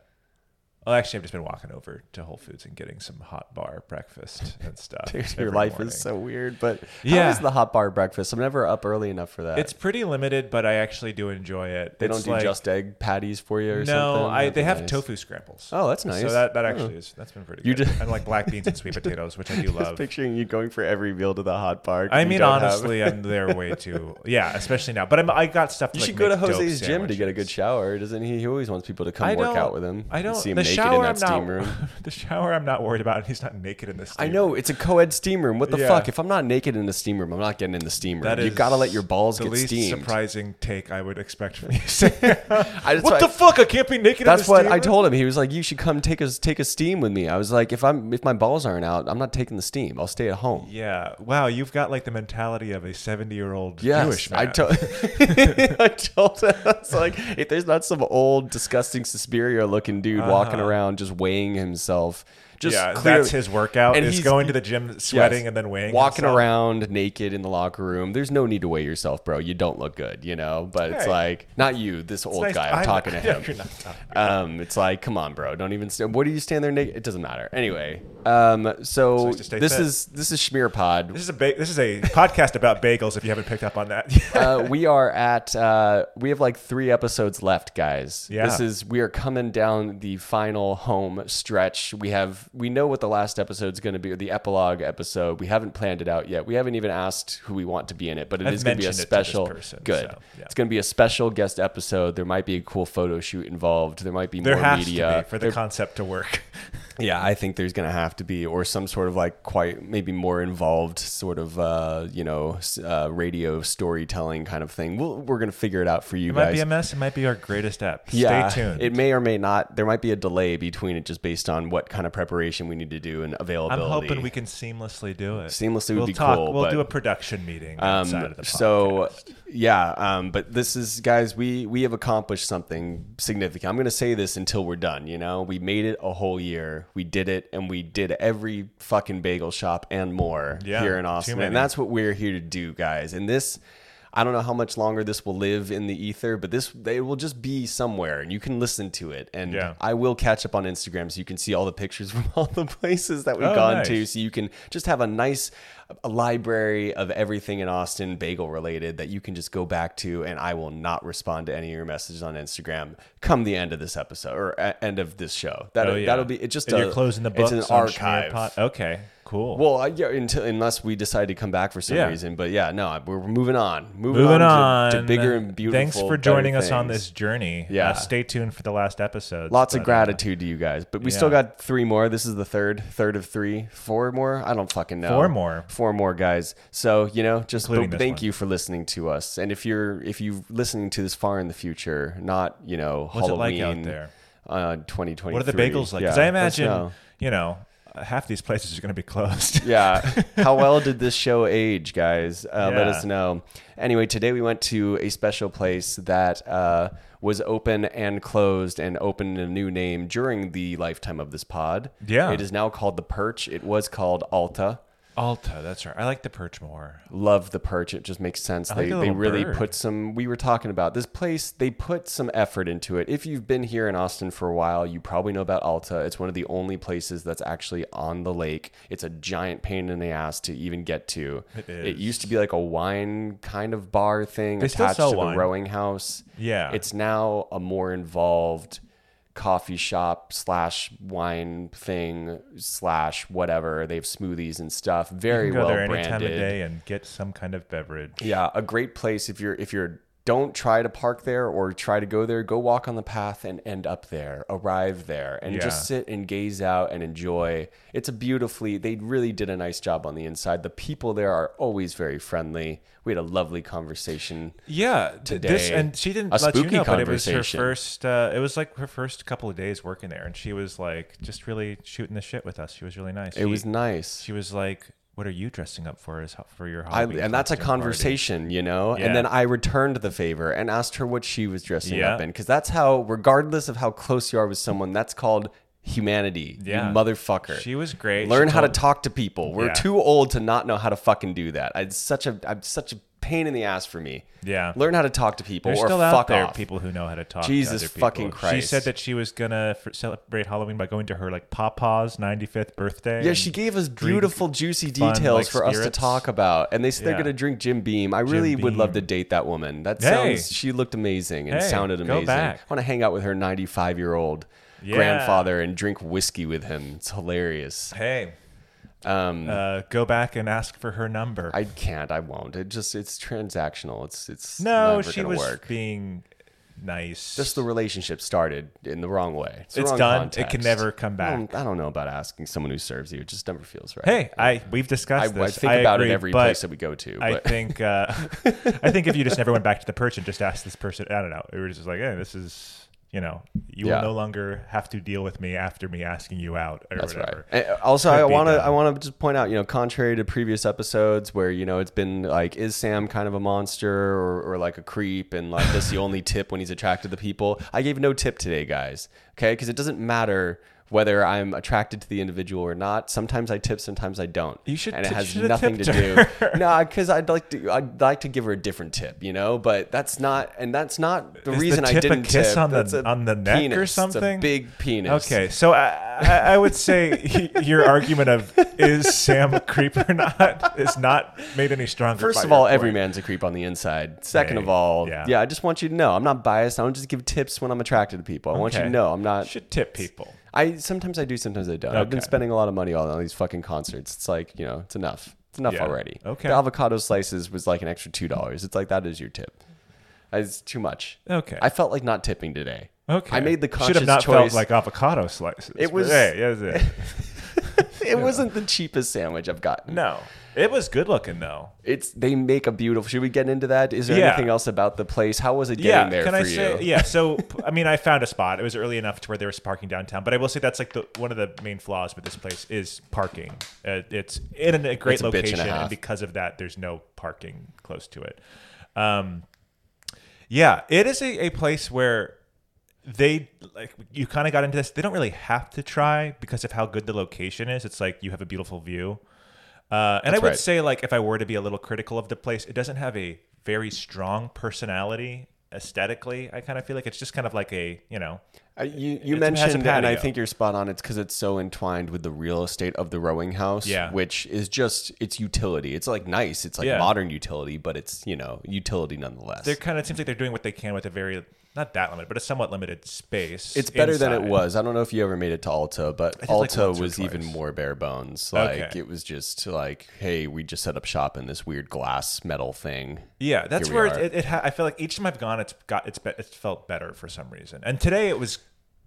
well, actually, I've just been walking over to Whole Foods and getting some hot bar breakfast and stuff. Dude, your every life morning. is so weird, but Yeah. how is the hot bar breakfast? I'm never up early enough for that. It's pretty limited, but I actually do enjoy it. they don't It's do like- just egg patties for you or something. No, I, That'd they be have nice. tofu scrambles. Oh, that's nice. So that, that actually is that's been pretty. You good. just- and like black beans and sweet potatoes, which I do Just love. picturing you going for every meal to the hot bar. 'cause I you mean, don't have- honestly, I'm there way too. Yeah, especially now. But I'm, I got stuff. To, you like, should go to make dope Jose's gym to get a sandwiches. good shower, doesn't he? He always wants people to come I work don't- out with him. I and don't. see him the naked shower, in that I'm steam not. room. the shower, I'm not worried about. and He's not naked in the steam. I know it's a co-ed steam room. What the Yeah. fuck? If I'm not naked in the steam room, I'm not getting in the steam room. That you is gotta let your balls the get least steamed. surprising take I would expect from you. what I just- the fuck? I can't be naked. That's in the what steam I room? told him. He was like, "You should come take a take a steam with me." I was like, "If I'm if my balls aren't out, I'm not taking the steam. I'll stay at home." Yeah. Wow. You've got like the mentality of a 70 year old Yes, Jewish man. I told I told him. I was like, "If there's not some old disgusting Suspiria looking dude walking around just weighing himself, just Uh-huh. yeah, clearly- that's his workout. And is he's- going to the gym, sweating, yes, and then weighing, walking himself. around naked in the locker room. There's no need to weigh yourself, bro. You don't look good, you know." But it's Hey. like, not you, this old Nice. guy. I'm, talking to Yeah, him. you're not talking. Um, it's like, come on, bro, don't even stand. What do you stand there naked? It doesn't matter. Anyway, um, so, So just stay this fit. is this is Schmear Pod. This is a ba- this is a podcast about bagels. If you haven't picked up on that, uh, we are at uh, we have like three episodes left, guys. Yeah. This is we are coming down the final home stretch. We have we know what the last episode's going to be, or the epilogue episode. We haven't planned it out yet. We haven't even asked who we want to be in it, but it I've going to be a mentioned it to this special. person, good. so, yeah. It's going to be a special guest episode. There might be a cool photo shoot involved. There might be there more has media to be for the There concept to work. Yeah, I think there's going to have to be, or some sort of like quite maybe more involved sort of uh, you know s- uh, radio storytelling kind of thing. We'll, we're going to figure it out for you It might guys. be a mess. It might be our greatest app. yeah, Stay tuned. It may or may not. There might be a delay between it, just based on what kind of preparation we need to do and I'm availability. hoping we can seamlessly do it. Seamlessly would we'll be talk, cool, We'll but- um, do a production meeting outside of the podcast. so yeah um, but this is guys we we have accomplished something significant i'm going to say this until we're done you know we made it a whole year we did it and we did every fucking bagel shop and more Yeah, here in too austin many. and that's what we're here to do guys and this I don't know how much longer this will live in the ether, but this it will just be somewhere, and you can listen to it. And Yeah. I will catch up on Instagram so you can see all the pictures from all the places that we've Oh, gone nice. to, so you can just have a nice a library of everything in Austin bagel related that you can just go back to and I will not respond to any of your messages on Instagram come the end of this episode or a- end of this show. That Oh, will yeah. that'll be it's just And a, you're closing the it's books an on Schmear archive. Pod- Okay, cool. Well, I- yeah, until, unless we decide to come back for some Yeah. reason, but yeah, no, we're moving on, moving, Moving on on, um, to- to, bigger and beautiful. Thanks for better joining us on things. this journey. Yeah. Uh, stay tuned for the last uh, episode. Lots of gratitude to you guys, but we still got three more. This is the third, third of three, four more. I don't fucking know. Four more. four more guys. So you know, just Including but this thank one. you for listening to us. And if you're if you're listening to this far in the future, not you know What's it like Halloween out there? uh, 2023. What are the bagels like? Because Yeah, I let's imagine, know. you know, uh, half these places are going to be closed. yeah. How well did this show age, guys? Uh, Let Yeah. us know. Anyway, today we went to a special place that uh, was open and closed and opened a new name during the lifetime of this pod. Yeah. It is now called The Perch. It was called Alta. Alta, that's right. I like the perch more. Love the perch. It just makes sense. like They, the they little really bird. put some. We were talking about this place. They put some effort into it. If you've been here in Austin for a while, you probably know about Alta. It's one of the only places that's actually on the lake. It's a giant pain in the ass to even get to. It It is. used to be like a wine kind of bar thing They still attached sell to wine. the rowing house. Yeah. it's now a more involved coffee shop slash wine thing slash whatever. They have smoothies and stuff. Very You can go well there any branded. time of day and get some kind of beverage. Yeah, a great place if you're if you're don't try to park there or try to go there. Go walk on the path and end up there, arrive there, and Yeah. just sit and gaze out and enjoy. It's a beautifully. They really did a nice job on the inside. The people there are always very friendly. We had a lovely conversation. Yeah, th- this today. and she didn't A let you spooky know, but it was her conversation. first. Uh, it was like her first couple of days working there, and she was like just really shooting the shit with us. She was really nice. It was nice. She was like, "What are you dressing up for? As ho- for your I, Halloween?" and that's a costume party?" conversation, you know? Yeah. And then I returned the favor and asked her what she was dressing Yeah. up in. Because that's how, regardless of how close you are with someone, that's called humanity. Yeah. You motherfucker. She was great. Learn She how to told- talk to people. We're Yeah. too old to not know how to fucking do that. It's such a I'm such a pain in the ass for me. Yeah. Learn how to talk to people There's or still fuck out there off. people who know how to talk. to Jesus other people. fucking She Christ. said that she was gonna f- celebrate Halloween by going to her like papa's 95th birthday. Yeah, and she gave us drink beautiful, juicy fun, details like, for us to spirits. talk about, and they said Yeah. they're gonna drink Jim Beam. I really would love to Beam. date that woman. That Hey. sounds. She looked amazing and Hey, sounded go amazing. back. I want to hang out with her ninety-five-year-old Yeah. grandfather and drink whiskey with him. It's hilarious. Hey, Um, uh, go back and ask for her number. I can't. I won't. It just it's transactional. It's it's no, never she gonna was work. being nice. just the relationship started in the wrong way. It's, the It's wrong done. It Context. can never come I back. don't, I don't know about asking someone who serves you. It just never feels right. Hey, I we've I, I discussed this. think about agree, it every but place that we go to. I But think uh, I think if you just never went back to the perch and just asked this person, I don't know, it was just like, hey, this is you know, you Yeah. will no longer have to deal with me after me asking you out or that's whatever. right. And also, I Could be want to done. I want to just point out, you know, contrary to previous episodes where you know it's been like, is Sam kind of a monster or, or like a creep, and like this the only tip when he's attracted to people? I gave no tip today, guys. Okay, because it doesn't matter. Whether I'm attracted to the individual or not, sometimes I tip, sometimes I don't. You should and it t- has should have nothing to tipped do. No, because I'd like to. I'd like to give her a different tip, you know. But that's not, and that's not the Is the reason I tip a didn't kiss tip. on the- That's a on the neck or penis. It's a something? big penis. Okay, so I, I, I would say your argument of is Sam a creep or not is not made any stronger. First by of your all, point. every man's a creep on the inside. Second Hey, of all, yeah. yeah. I just want you to know I'm not biased. I don't just give tips when I'm attracted to people. I want you to Okay. know I'm not. should tip people. I sometimes I do, sometimes I don't. I've been Okay. spending a lot of money on all these fucking concerts. It's like you know, it's enough. It's enough Yeah. already. Okay. The avocado slices was like an extra two dollars. It's like that is your tip. It's too much. Okay. I felt like not tipping today. Okay. I made the Should have conscious not felt choice. like avocado slices. It but was- hey, yes, yes. it wasn't the cheapest sandwich I've gotten. no, it was good looking though. It's they make a beautiful. Should we get into that? Is there Yeah. anything else about the place? How was it getting yeah, there can for I you? say? Yeah, so p- I mean, I found a spot. It was early enough to where there was parking downtown, but I will say that's like the one of the main flaws with this place is parking. Uh, it's in a great It's a bitch and a location, and, half. because of that, there's no parking close to it. Um, yeah, it is a, a place where they like you kind of got into this. They don't really have to try because of how good the location is. It's like you have a beautiful view. Uh, and I would right. say, like, if I were to be a little critical of the place, it doesn't have a very strong personality aesthetically. I kind of feel like it's just kind of like a, you know, Uh, You you It has a mentioned, and I patio. think you're spot on. It's because it's so entwined with the real estate of the rowing house, Yeah. which is just its utility. It's like nice. It's like Yeah. modern utility, but it's you know utility nonetheless. they're kind of it seems like they're doing what they can with a very not that limited, but a somewhat limited space. it's better than it inside. was. I don't know if you ever made it to Alta, but like, Alta once or was even twice. more bare bones. Like Okay. it was just like, hey, we just set up shop in this weird glass metal thing. Yeah, that's Here we where are. it, it, it ha- I feel like each time I've gone, it's got it's be- it's felt better for some reason. And today it was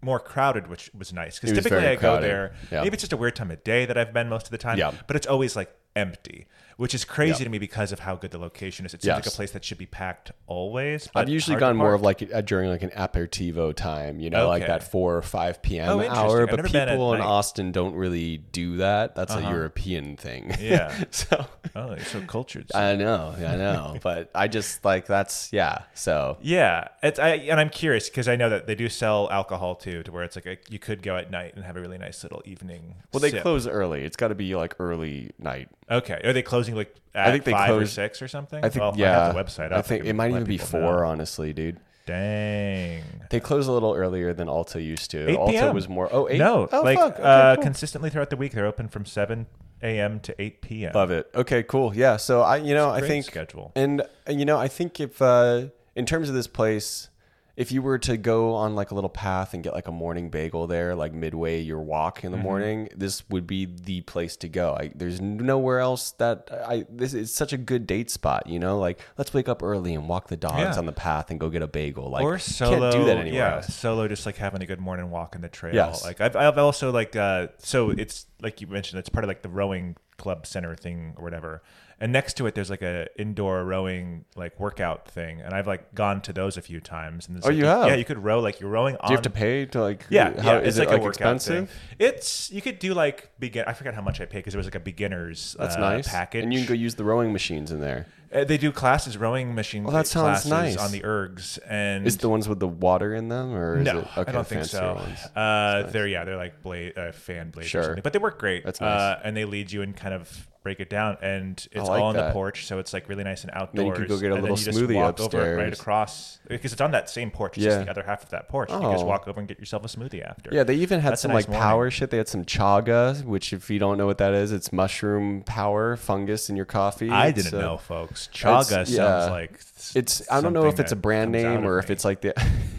more crowded, which was nice because It was typically very I go crowded. there. Yeah. Maybe it's just a weird time of day that I've been most of the time, Yeah. but it's always like empty, which is crazy Yeah. to me because of how good the location is. It seems like a Yes. place that should be packed always. I've but usually hard to gone more park. of like uh, during like an aperitivo time, you know, like Okay. that four or five p.m. Oh, interesting. hour. I've But never been at people in night. Uh-huh. Austin don't really do that. That's a European thing. Yeah. so oh, you're so cultured. I know, I know, but I just like that's yeah. So Yeah, it's I and I'm curious because I know that they do sell alcohol too, to where it's like a, you could go at night and have a really nice little evening. well, they sip. close early. It's got to be like early night. Okay. Are they closing like at think they five or close- six or something? I think Well, yeah. I have the website. I up. think can it might let even be people four, know. honestly, dude. Dang. They close a little earlier than Alta used to. 8 Alta PM. was more oh eight. No, oh, like fuck. Okay, uh, cool. consistently throughout the week, they're open from seven a.m. to eight p.m. Love it. Okay, cool. Yeah. So I, you know, I great think schedule. and uh, you know, I think if uh, in terms of this place, if you were to go on like a little path and get like a morning bagel there, like midway your walk in Mm-hmm. the morning, this would be the place to go. I, there's nowhere else that I. This is such a good date spot. You know, like let's wake up early and walk the dogs Yeah. on the path and go get a bagel. Like or solo, can't do that anywhere yeah, else. solo, just like having a good morning walk in the trail. Yes. Like I've, I've also like uh, so it's like you mentioned, it's part of like the rowing club center thing or whatever. And next to it, there's like a indoor rowing like workout thing, and I've like gone to those a few times. And it's Oh, like, you have? yeah, you could row like you're rowing. on Do you have to pay to like? Yeah, how- yeah. is it's it like, like, a workout expensive? Thing. It's you could do like begin. I forgot how much I paid because it was like a beginner's That's uh, nice. package. And you can go use the rowing machines in there. Uh, they do classes, rowing machine. Oh, that sounds classes nice. on the ergs and. Is it the ones with the water in them, or is no, it I don't think fancier so. ones? Uh, They're yeah, they're like blade, uh, fan blades Sure. or something, but they work great. That's nice. Uh, and they lead you and kind of break it down, and it's like all on the that. porch, so it's like really nice and outdoors. you could go get a and then little you just smoothie walk over right upstairs. across because it's on that same porch. It's Yeah. just the other half of that porch. You just Oh. walk over and get yourself a smoothie after. Yeah, they even had That's a some nice like morning. power shit. They had some chaga, which if you don't know what that is, it's mushroom power fungus in your coffee. I It's, didn't uh, know, folks. Chaga sounds yeah. like s- It's I don't know if something it's a that brand comes out name of or if me. it's like the.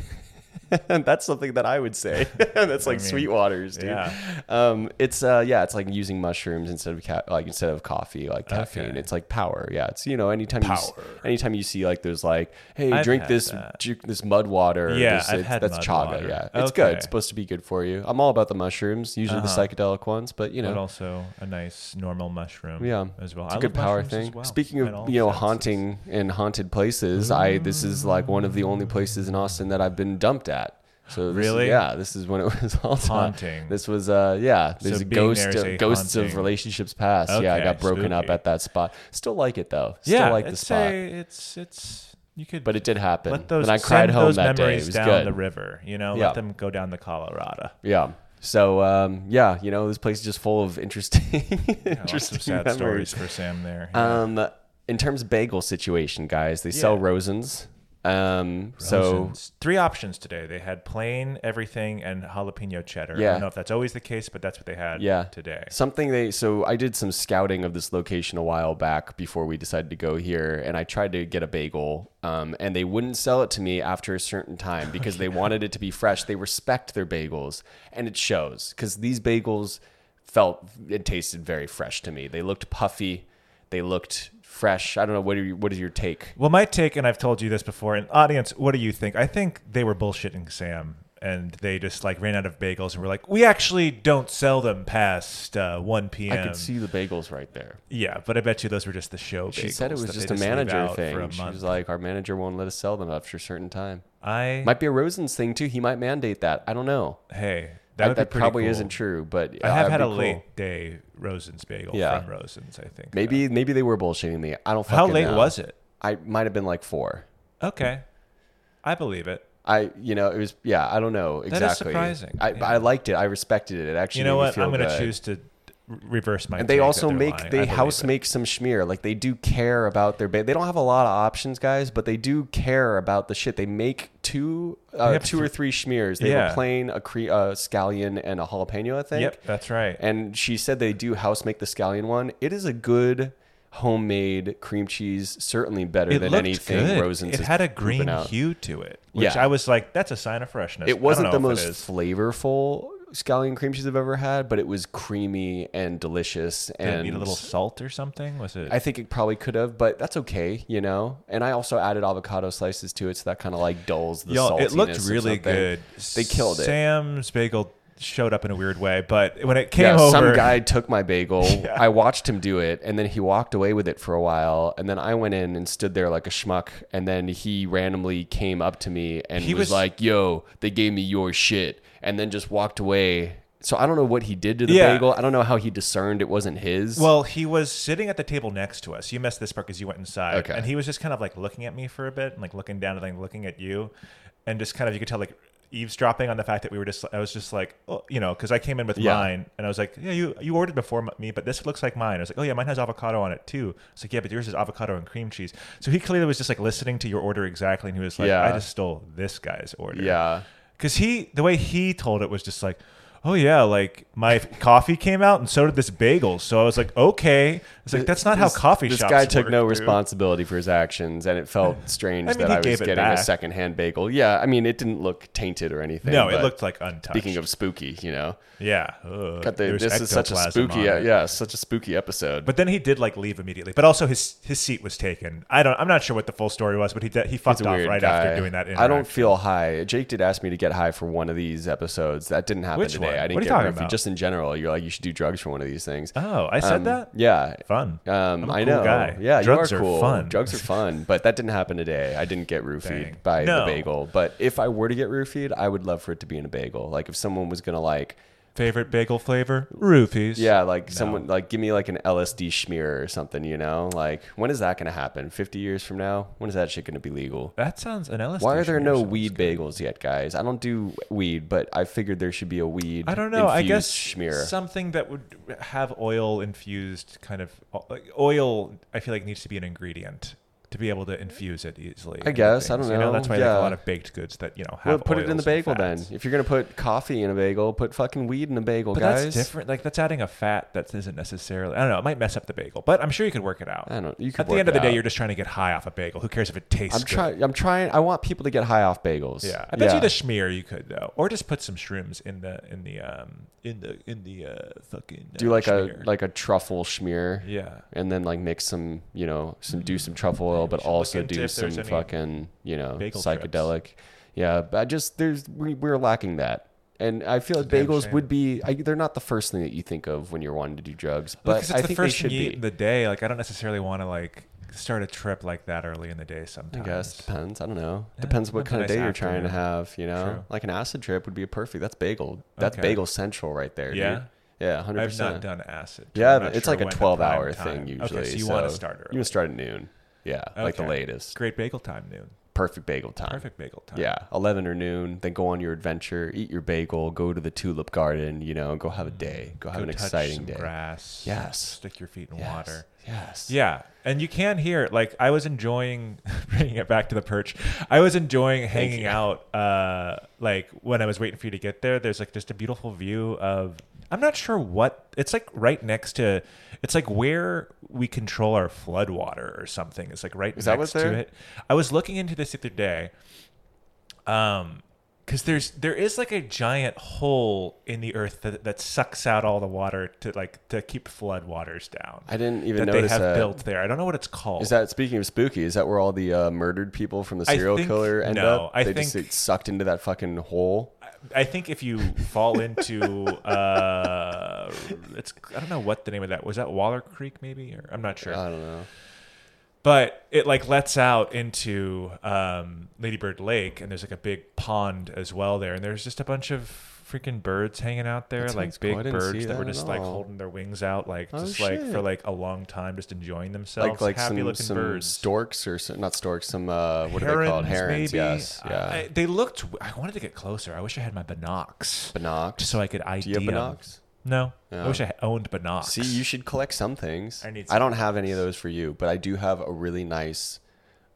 That's something that I would say. That's like mean, Sweetwater's, dude. yeah. Um, it's uh, yeah, it's like using mushrooms instead of ca- like instead of coffee, like caffeine. Okay. It's like power. Yeah, it's you know anytime you s- Power. anytime you see like there's like hey I've drink had this that. ju- this mud water. or Yeah, this, I've it's- had that's mud chaga. water. Yeah, it's good. Okay. Uh-huh. It's supposed to be good for you. I'm all about the mushrooms, usually the psychedelic ones, but you know but also a nice normal mushroom. yeah, as well. It's I a good love power mushrooms as thing. well, Speaking in of all you know senses. haunting and haunted places, I this is like one of the only places in Austin that I've been dumped at. So this- Really? yeah, this is when it was all time. Haunting. This was uh yeah. There's a being there ghost is of, a ghosts of haunting. relationships past. yeah, I Okay, got broken up spooky. at that spot. Still like it though. Still yeah, like the it's spot. a- it's it's you could but it did happen. let those and I send cried home those that day. It memories was down good. the river. You know, Yeah. let them go down the Colorado. Yeah. So um, yeah, you know this place is just full of interesting, Yeah, lots interesting of sad memories. stories for Sam there. Um, in terms of bagel situation, guys, they sell Yeah. Rosens. Um, so Rosens. three options today. They had plain everything and jalapeno cheddar. I Yeah. don't know if that's always the case, but that's what they had yeah, today. something they so I did some scouting of this location a while back before we decided to go here, and I tried to get a bagel, um, and they wouldn't sell it to me after a certain time because they wanted it to be fresh. They respect their bagels, and it shows because these bagels felt it tasted very fresh to me. They looked puffy, they looked fresh. I don't know what are you, what is your take? Well, my take, and I've told you this before, and audience, what do you think? I think they were bullshitting Sam and they just like ran out of bagels and were like, we actually don't sell them past uh, 1 p.m. I could see the bagels right there. Yeah, but I bet you those were just the show. She said it bagels was that just they a leave manager out For a thing. She month. was like, our manager won't let us sell them after a certain time. I Might be a Rosen's thing too. He might mandate that. I don't know. hey, that, That, would be that pretty probably cool. isn't true, but I have that'd had be a cool. late day Rosen's bagel Yeah. from Rosen's. I think Maybe maybe they were bullshitting me. I don't. though. how fucking uh, late know. was it? I might have been like four. Okay, Hmm. I believe it. I you know it was yeah I don't know is exactly. surprising, I yeah. I liked it. I respected it. It actually You know made me what? feel I'm gonna good. choose to r- reverse my. And they take that also they're make lying. I they believe house it. make some schmear. Like they do care about their. Ba- they don't have a lot of options, guys, but they do care about the shit. They make two They uh, have two th- or three schmears. They have Yeah. a plain, a, cre- a scallion, and a jalapeno. I think. Yep, that's right. And she said they do house make the scallion one. It is a good homemade cream cheese. Certainly better it than looked anything good. Rosen's. It is had a pooping green out. hue to it, which Yeah. I was like, "That's a sign of freshness." I It don't wasn't know the if it most is. flavorful scallion cream cheese I've ever had, but it was creamy and delicious. Did it and need a little salt or something? Was it? I think it probably could have, but that's okay, you know. And I also added avocado slices to it, so that kind of like dulls the Yo, saltiness. it looked of really something. good. They killed it. Sam's bagel showed up in a weird way, but when it came Yeah, over, some guy took my bagel. Yeah. I watched him do it, and then he walked away with it for a while. And then I went in and stood there like a schmuck. And then he randomly came up to me and He was, was- like, "Yo, they gave me your shit," and then just walked away. So I don't know what he did to the Yeah. bagel. I don't know how he discerned it wasn't his. Well, he was sitting at the table next to us. You missed this part because you went inside, Okay. and he was just kind of like looking at me for a bit, and like looking down and like looking at you, and just kind of you could tell like eavesdropping on the fact that we were just. I was just like, oh, you know, because I came in with Yeah. mine, and I was like, yeah, you you ordered before m- me, but this looks like mine. I was like, oh yeah, mine has avocado on it too. It's like yeah, but yours is avocado and cream cheese. So he clearly was just like listening to your order exactly, and he was like, Yeah. I just stole this guy's order. yeah. Because he, the way he told it was just like, oh yeah, like my coffee came out and so did this bagel. So I was like, okay. It's like, that's not This- how coffee This shops guy took work, no dude. responsibility for his actions, and it felt strange I mean, that he I was gave it getting back. a secondhand bagel. Yeah, I mean, it didn't look tainted or anything. No, it but looked like untouched. Speaking of spooky, you know, yeah. Ugh, Got the, there's this is such a ectoplasm spooky, on it. yeah, such a spooky episode. But then he did like leave immediately. But also his his seat was taken. I don't. I'm not sure what the full story was, but he did, he He's fucked a off weird right guy. after doing that. I don't interaction. feel high. Jake did ask me to get high for one of these episodes. That didn't happen Which today. one? I didn't What are you get talking roofie. about? Just in general, you're like you should do drugs for one of these things. Oh, I said Um, that. Yeah. Fun. Um, I'm a I cool know. guy. Yeah, Drugs you are are cool. fun. Drugs are fun, but that didn't happen today. I didn't get roofied Dang. by the No. bagel. But if I were to get roofied, I would love for it to be in a bagel. Like if someone was gonna like, Favorite bagel flavor? Roofies. yeah, like someone like give me like an LSD schmear or something. You know, like when is that gonna happen? Fifty years from now? When is that shit gonna be legal? That sounds an LSD. Why are there schmear no sounds weed good. bagels yet, guys? I don't do weed, but I figured there should be a weed. I don't know. I guess infused schmear. something that would have oil infused kind of like oil. I feel like needs to be an ingredient to be able to infuse it easily. into guess. I things, don't You know, know. that's why like Yeah. a lot of baked goods that you know have. Well, put it in the oils and bagel then. fats. If you're gonna put coffee in a bagel, put fucking weed in a bagel, But guys. that's different. Like that's adding a fat that isn't necessarily. I don't know. It might mess up the bagel, but I'm sure you could work it out. I don't. You could At the work end of the it day, out. you're just trying to get high off a bagel. Who cares if it tastes I'm good? trying. I'm trying. I want people to get high off bagels. Yeah, I bet you the schmear you could though, or just put some shrooms in the in the um in the in the uh fucking. do uh, like a schmear. like a truffle schmear, yeah. and then like mix some, you know, some do some truffle oil, but should look also into do if some there's any fucking, you know, bagel psychedelic. Yeah, but I just there's we, we're lacking that. And I feel like a damn bagels shame. would be, I, they're not the first thing that you think of when you're wanting to do drugs, Well, but 'cause I it's the think first they thing should you eat be. in the day. Like I don't necessarily want to like start a trip like that early in the day. I Sometimes guess depends. I don't know. Yeah, depends what depends kind on of nice day you're trying to afternoon. have. You know, True. like an acid trip would be perfect. That's bagel. That's Okay. bagel central right there. Yeah? dude. yeah, hundred I've not percent. done acid. so Yeah, I'm not it's sure like a when the 12 prime hour time- thing usually. Okay, so you want to start You early. want to start at noon. Yeah, like the Okay. latest. Great bagel time noon. Perfect bagel time. Perfect bagel time. Yeah, 11 or noon. Then go on your adventure, eat your bagel, go to the tulip garden, you know, go have a day. Go have Go an touch exciting some day. Grass. Yes. Stick your feet in Yes, water. Yes. Yeah, and you can hear like I was enjoying bringing it back to the perch. I was enjoying hanging you. out. Uh, like when I was waiting for you to get there, there's like just a beautiful view of. I'm not sure what it's like right next to. It's like where we control our flood water or something. It's like right Is that next what's to there? it. I was looking into this the other day. Um. Because there's there is like a giant hole in the earth that, that sucks out all the water to like to keep flood waters down I didn't even that they notice have that. built there. I don't know what it's called. Is that speaking of spooky? Is that where all the uh, murdered people from the I serial think- killer end no, up? I they just think- get sucked into that fucking hole. I think if you fall into uh, it's I don't know what the name of that was that Waller Creek maybe or I'm not sure. I don't know. but it like lets out into um, Ladybird Lake, and there's like a big pond as well there, and there's just a bunch of freaking birds hanging out there, That like sounds cool. big I didn't see birds that that were at just like all. holding their wings out, like Oh, just like for shit. like a long time, just enjoying themselves. Like like happy some, looking some birds. storks or some, not storks, some uh, what are they called? Herons. maybe. Yes. I- Yeah. I- they looked. I wanted to get closer. I wish I had my binocs, Binocs. just so I could ID Do you have 'em. binocs? No, I No. wish I had- owned binocs. See, you should collect some things. I need I don't some have any of those for you, but I do have a really nice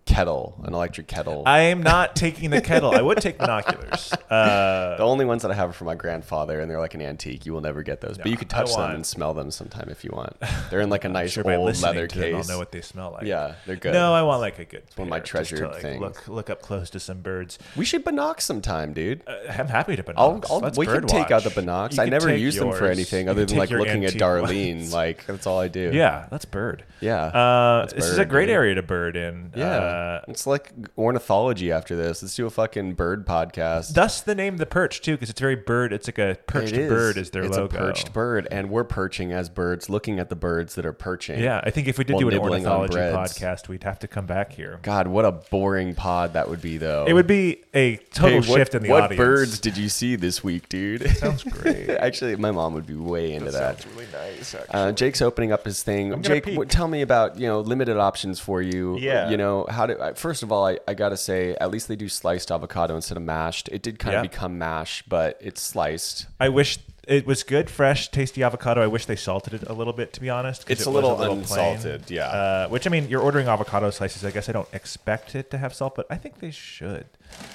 kettle, an electric kettle. I am not taking the kettle. I would take binoculars. Uh, the only ones that I have are from my grandfather, and they're like an antique. You will never get those, but you could I touch them want- and smell them sometime if you want. They're in like a nice sure by old listening leather to them, I'll case. know what they smell like. yeah, they're good. No, I want like a good. one of my pair, just to, treasured like, things. Look, look up close to some birds. we should binocs sometime, dude. Uh, I'm happy to binocs. I'll, I'll, Let's we can bird take out the watch. binocs. You I can never take use them for yours. anything You other can than take like your looking at antique Darlene. ones. Like that's all I do. Yeah, let's bird. yeah. Uh, this is a bird, great dude. area to bird in. yeah, Uh, it's like ornithology. After this, let's do a fucking bird podcast. thus the name the perch too, because it's very bird. It's like a perched It bird is their it's logo. a perched bird, and we're perching as birds, looking at the birds that are perching. Yeah, I think if we did While do an nibbling on ornithology breads. podcast, we'd have to come back here. God, what a boring pod that would be, though. It would be a total Hey, what, shift in the what audience. birds did you see this week, dude? Sounds great. actually, my mom would be way into that. really nice. Actually. Uh, Jake's opening up his thing. gonna Jake, peek. what, tell me about you know limited options for you. Yeah. you know how do I, first of all I, I gotta say at least they do sliced avocado instead of mashed. It did kind Yeah. of become mash, but it's sliced. I wish it was good, fresh, tasty avocado. I wish they salted it a little bit, to be honest. 'cause It's it a was little plain. unsalted, yeah. Uh, which I mean, you're ordering avocado slices. I guess I don't expect it to have salt, but I think they should.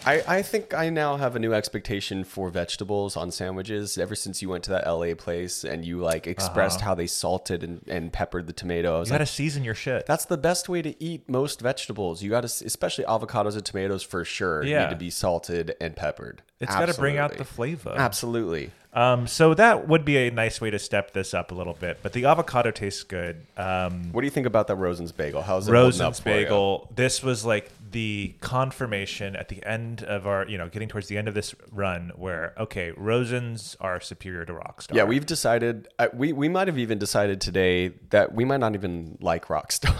I, I think I now have a new expectation for vegetables on sandwiches. Ever since you went to that LA place and you Uh-huh. like expressed how they salted and, and peppered the tomato, I was You like, gotta season your shit. that's the best way to eat most vegetables. You got to, especially avocados and tomatoes for sure, Yeah. need to be salted and peppered. It's got to bring out the Absolutely. flavor. Absolutely. Um, so that would be a nice way to step this up a little bit. But the avocado tastes good. Um, What do you think about that Rosen's bagel? How's it holding up Rosen's for you? bagel. This was like the confirmation at the end of our, you know, getting towards the end of this run, where okay, Rosen's are superior to Rockstar. Yeah, we've decided. Uh, we we might have even decided today that we might not even like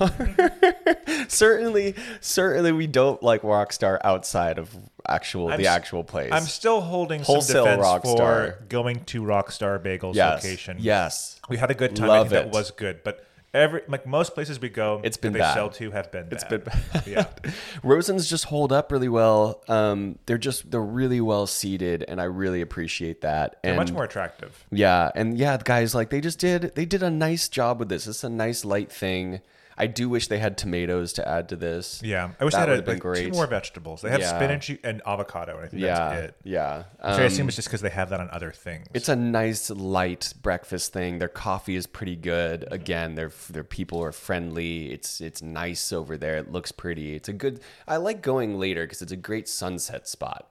Rockstar. certainly, certainly, we don't like Rockstar outside of actual the s- actual place. I'm still holding Wholesale some defense Rockstar. for going to Rockstar Bagel's yes, location. yes, we had a good time. I Love think that it. was good, but every like most places we go, It's that been they bad. sell to have been. it's been bad. yeah. Rosen's just hold up really well. Um, they're just they're really well seated, and I really appreciate that. And much more attractive. Yeah, and yeah, guys, like they just did they did a nice job with this. It's a nice light thing. I do wish they had tomatoes to add to this. Yeah, I wish That they would had have a, been like, two great. more vegetables. They have Yeah. spinach and avocado, and I think Yeah, that's it. yeah. Which Um, I assume it's just because they have that on other things. it's a nice light breakfast thing. Their coffee is pretty good. Again, their their people are friendly. It's it's nice over there. It looks pretty. It's a good. I like going later because it's a great sunset spot.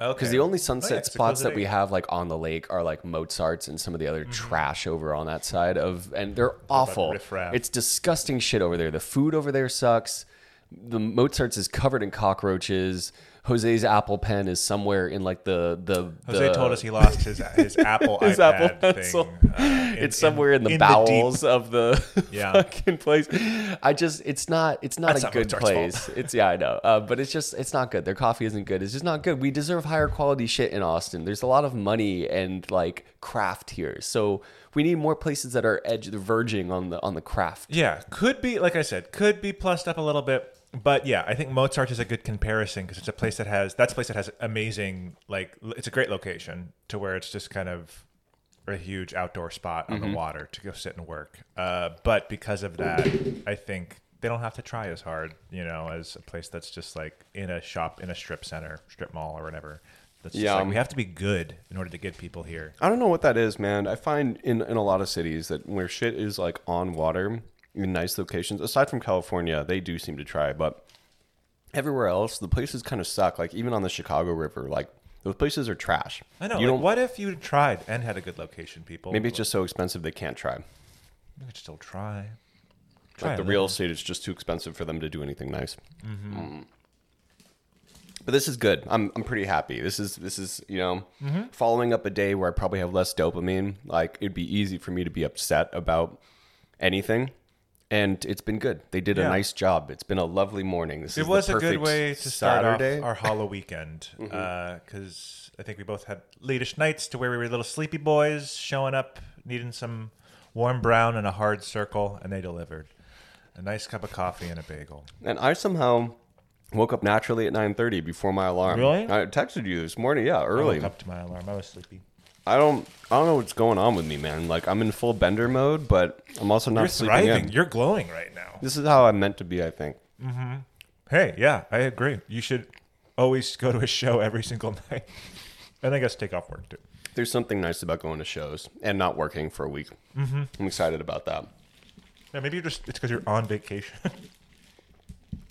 okay. Because the only sunset Oh, yeah, it's a spots close that we date. have like on the lake are like Mozart's and some of the other Mm-hmm. trash over on that side of, and they're awful. Riff Raff? It's disgusting shit over there. The food over there sucks. The Mozart's is covered in cockroaches. Jose's apple pen is somewhere in like the the. Jose the- told us he lost his his Apple His iPad Apple pencil. thing. uh, in- it's somewhere in the in deep. bowels of the Yeah. fucking place. I just, it's not, it's not That's a not good Mozart's fault. place. It's yeah, I know, uh, but it's just, it's not good. Their coffee isn't good. It's just not good. We deserve higher quality shit in Austin. There's a lot of money and like craft here, so we need more places that are edge, verging on the on the craft. Yeah, could be like I said, could be plussed up a little bit. But yeah, I think Mozart is a good comparison because it's a place that has that's a place that has amazing like l- it's a great location to where it's just kind of a huge outdoor spot on Mm-hmm. the water to go sit and work. Uh, but because of that, I think they don't have to try as hard, you know, as a place that's just like in a shop in a strip center, strip mall or whatever. That's just Yeah. um, like, we have to be good in order to get people here. I don't know what that is, man. I find in, in a lot of cities that where shit is like on water in nice locations, aside from California, they do seem to try, but everywhere else, the places kind of suck. Like even on the Chicago River, like those places are trash. I know. You like, don't, what if you tried and had a good location, people? maybe it's just so expensive they can't try. you could still try. Try Mm-hmm. Like the a real estate is just too expensive for them to do anything nice. Mm. but this is good. I'm I'm pretty happy. This is this is you know Mm-hmm. following up a day where I probably have less dopamine. Like it'd be easy for me to be upset about anything, and it's been good. They did Yeah. a nice job. It's been a lovely morning. This is It was the a good perfect way to start Saturday. Mm-hmm. off our hollow weekend because I think we both had latish nights to where we were little sleepy boys showing up needing some warm brown and a hard circle, and they delivered a nice cup of coffee and a bagel. And I somehow woke up naturally at 9:30 before my alarm. Really? Oh, I texted you this morning. Yeah, I early. woke up to my alarm. I was sleepy. I don't I don't know what's going on with me, man. Like I'm in full bender mode, but I'm also not You're sleeping thriving. in. You're glowing right now. This is how I'm meant to be, I think. Hey, yeah, I agree. You should always go to a show every single night, and I guess take off work too. There's something nice about going to shows and not working for a week. Mm-hmm. I'm excited about that. Yeah, maybe you're just it's because you're on vacation.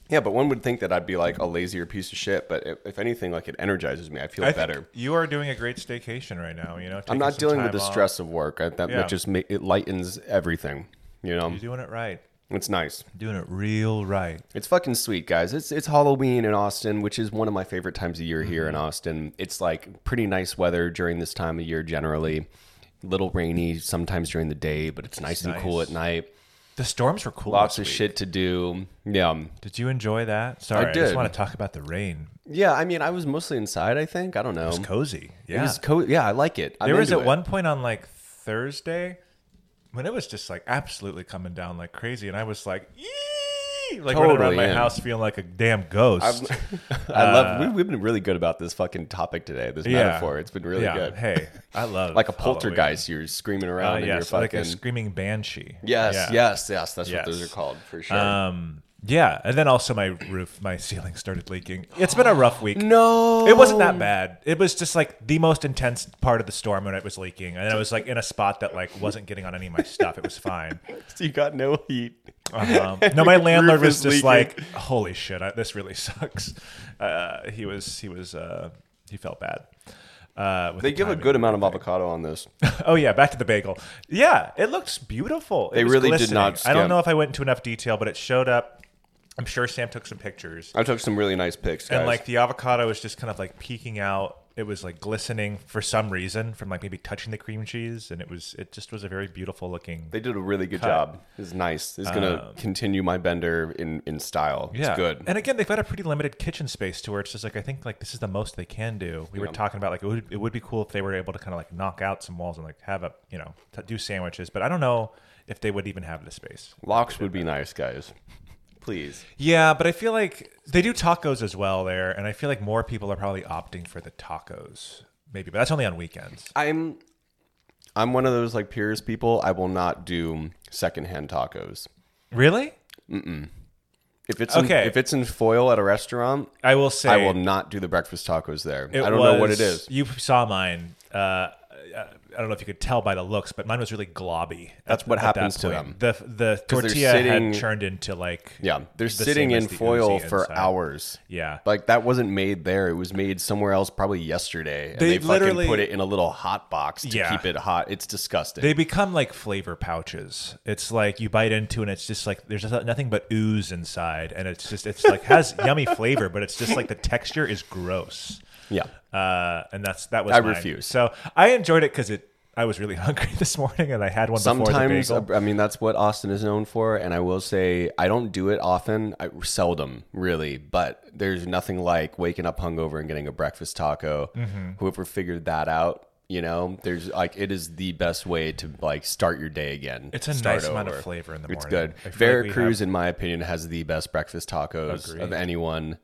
Yeah, but one would think that I'd be like a lazier piece of shit, but if, if anything, like it energizes me. I feel I think better. You are doing a great staycation right now. You know, I'm taking not some dealing with time the off. stress of work. I, that, Yeah. that just ma- it lightens everything. You know, You're doing it right. it's nice. Doing it real right. It's fucking sweet, guys. It's it's Halloween in Austin, which is one of my favorite times of year here in Mm-hmm. Austin. It's like pretty nice weather during this time of year generally. Little rainy sometimes during the day, but it's nice and cool nice. at night. The storms were cool. Lots this of week. shit to do. Yeah. Did you enjoy that? Sorry, I, just did. want to talk about the rain. Yeah, I mean, I was mostly inside, I think. I don't know. It was Cozy. Yeah. co- yeah, I like it. I'm there was into at it. one point on like Thursday when it was just like absolutely coming down like crazy, and I was like, "Ee!" like running around Totally my in. house feeling like a damn ghost. I love we, we've been really good about this fucking topic today, this uh, yeah, metaphor. It's been really Yeah. good. Hey, I love Like a Halloween. poltergeist, you're screaming Uh, around and yes, you're like fucking a screaming banshee. Yes, Yeah. yes, yes. That's what those Yes. are called for sure. Um, yeah, and then also my roof, my ceiling started leaking. It's been a rough week. no, It wasn't that bad. It was just like the most intense part of the storm when it was leaking, and I was like in a spot that like wasn't getting on any of my stuff. It was fine. So you got no heat. Um, no, my landlord Uh-huh. Roof was is just leaking. like, "Holy shit, I, this really sucks." Uh, he was, he was, uh, he felt bad. Uh, with They the give a timing. good amount of avocado on this. Oh yeah, back to the bagel. Yeah, it looks beautiful. It They was really did glistening. not I don't skimp. know if I went into enough detail, but it showed up. I'm sure Sam took some pictures, I took some really nice pics, guys. and like the avocado was just kind of like peeking out. It was like glistening for some reason from like maybe touching the cream cheese, and it was it just was a very beautiful looking. they did a really good job. It's nice. It's gonna continue my bender in in style. Um, Yeah. It's good. And again, they've got a pretty limited kitchen space to where it's just like I think like this is the most they can do. We were talking about like it would it would be cool if they were able to kind of like knock out some walls and like have a you know t- do sandwiches, but I don't know if they would even have the space. Locks would be nice, guys. Please. Yeah, but I feel like they do tacos as well there, and I feel like more people are probably opting for the tacos maybe, but that's only on weekends. I'm I'm one of those like purist people. I will not do secondhand tacos. Really? If it's in, Okay. if it's in foil at a restaurant, I will say I will not do the breakfast tacos there. It I don't know what was- it is. You saw mine. Uh, I I don't know if you could tell by the looks, but mine was really globby. at- That's what at that happens to point. them. The the 'Cause they're tortilla sitting- had turned into like Yeah, they're the sitting same in as the foil Uzi for inside. hours. Yeah, Like that wasn't made there. It was made somewhere else, probably yesterday. And They they, literally- fucking put it in a little hot box to Yeah. keep it hot. It's disgusting. they become like flavor pouches. It's like you bite into and it's just like there's just nothing but ooze inside, and it's just it's like has yummy flavor, but it's just like the texture is gross. yeah. Uh, and that's that was I mine. refuse. So I enjoyed it because it. I was really hungry this morning, and I had one before the Sometimes, bagel. I mean, that's what Austin is known for. And I will say, I don't do it often, I, seldom, really. But there's nothing like waking up hungover and getting a breakfast taco. Mm-hmm. Whoever figured that out, you know, there's like, it is the best way to like start your day again. It's a Start nice amount of over. flavor in the It's morning. good. I feel like we have- Veracruz, in my opinion, has the best breakfast tacos of Agreed. anyone.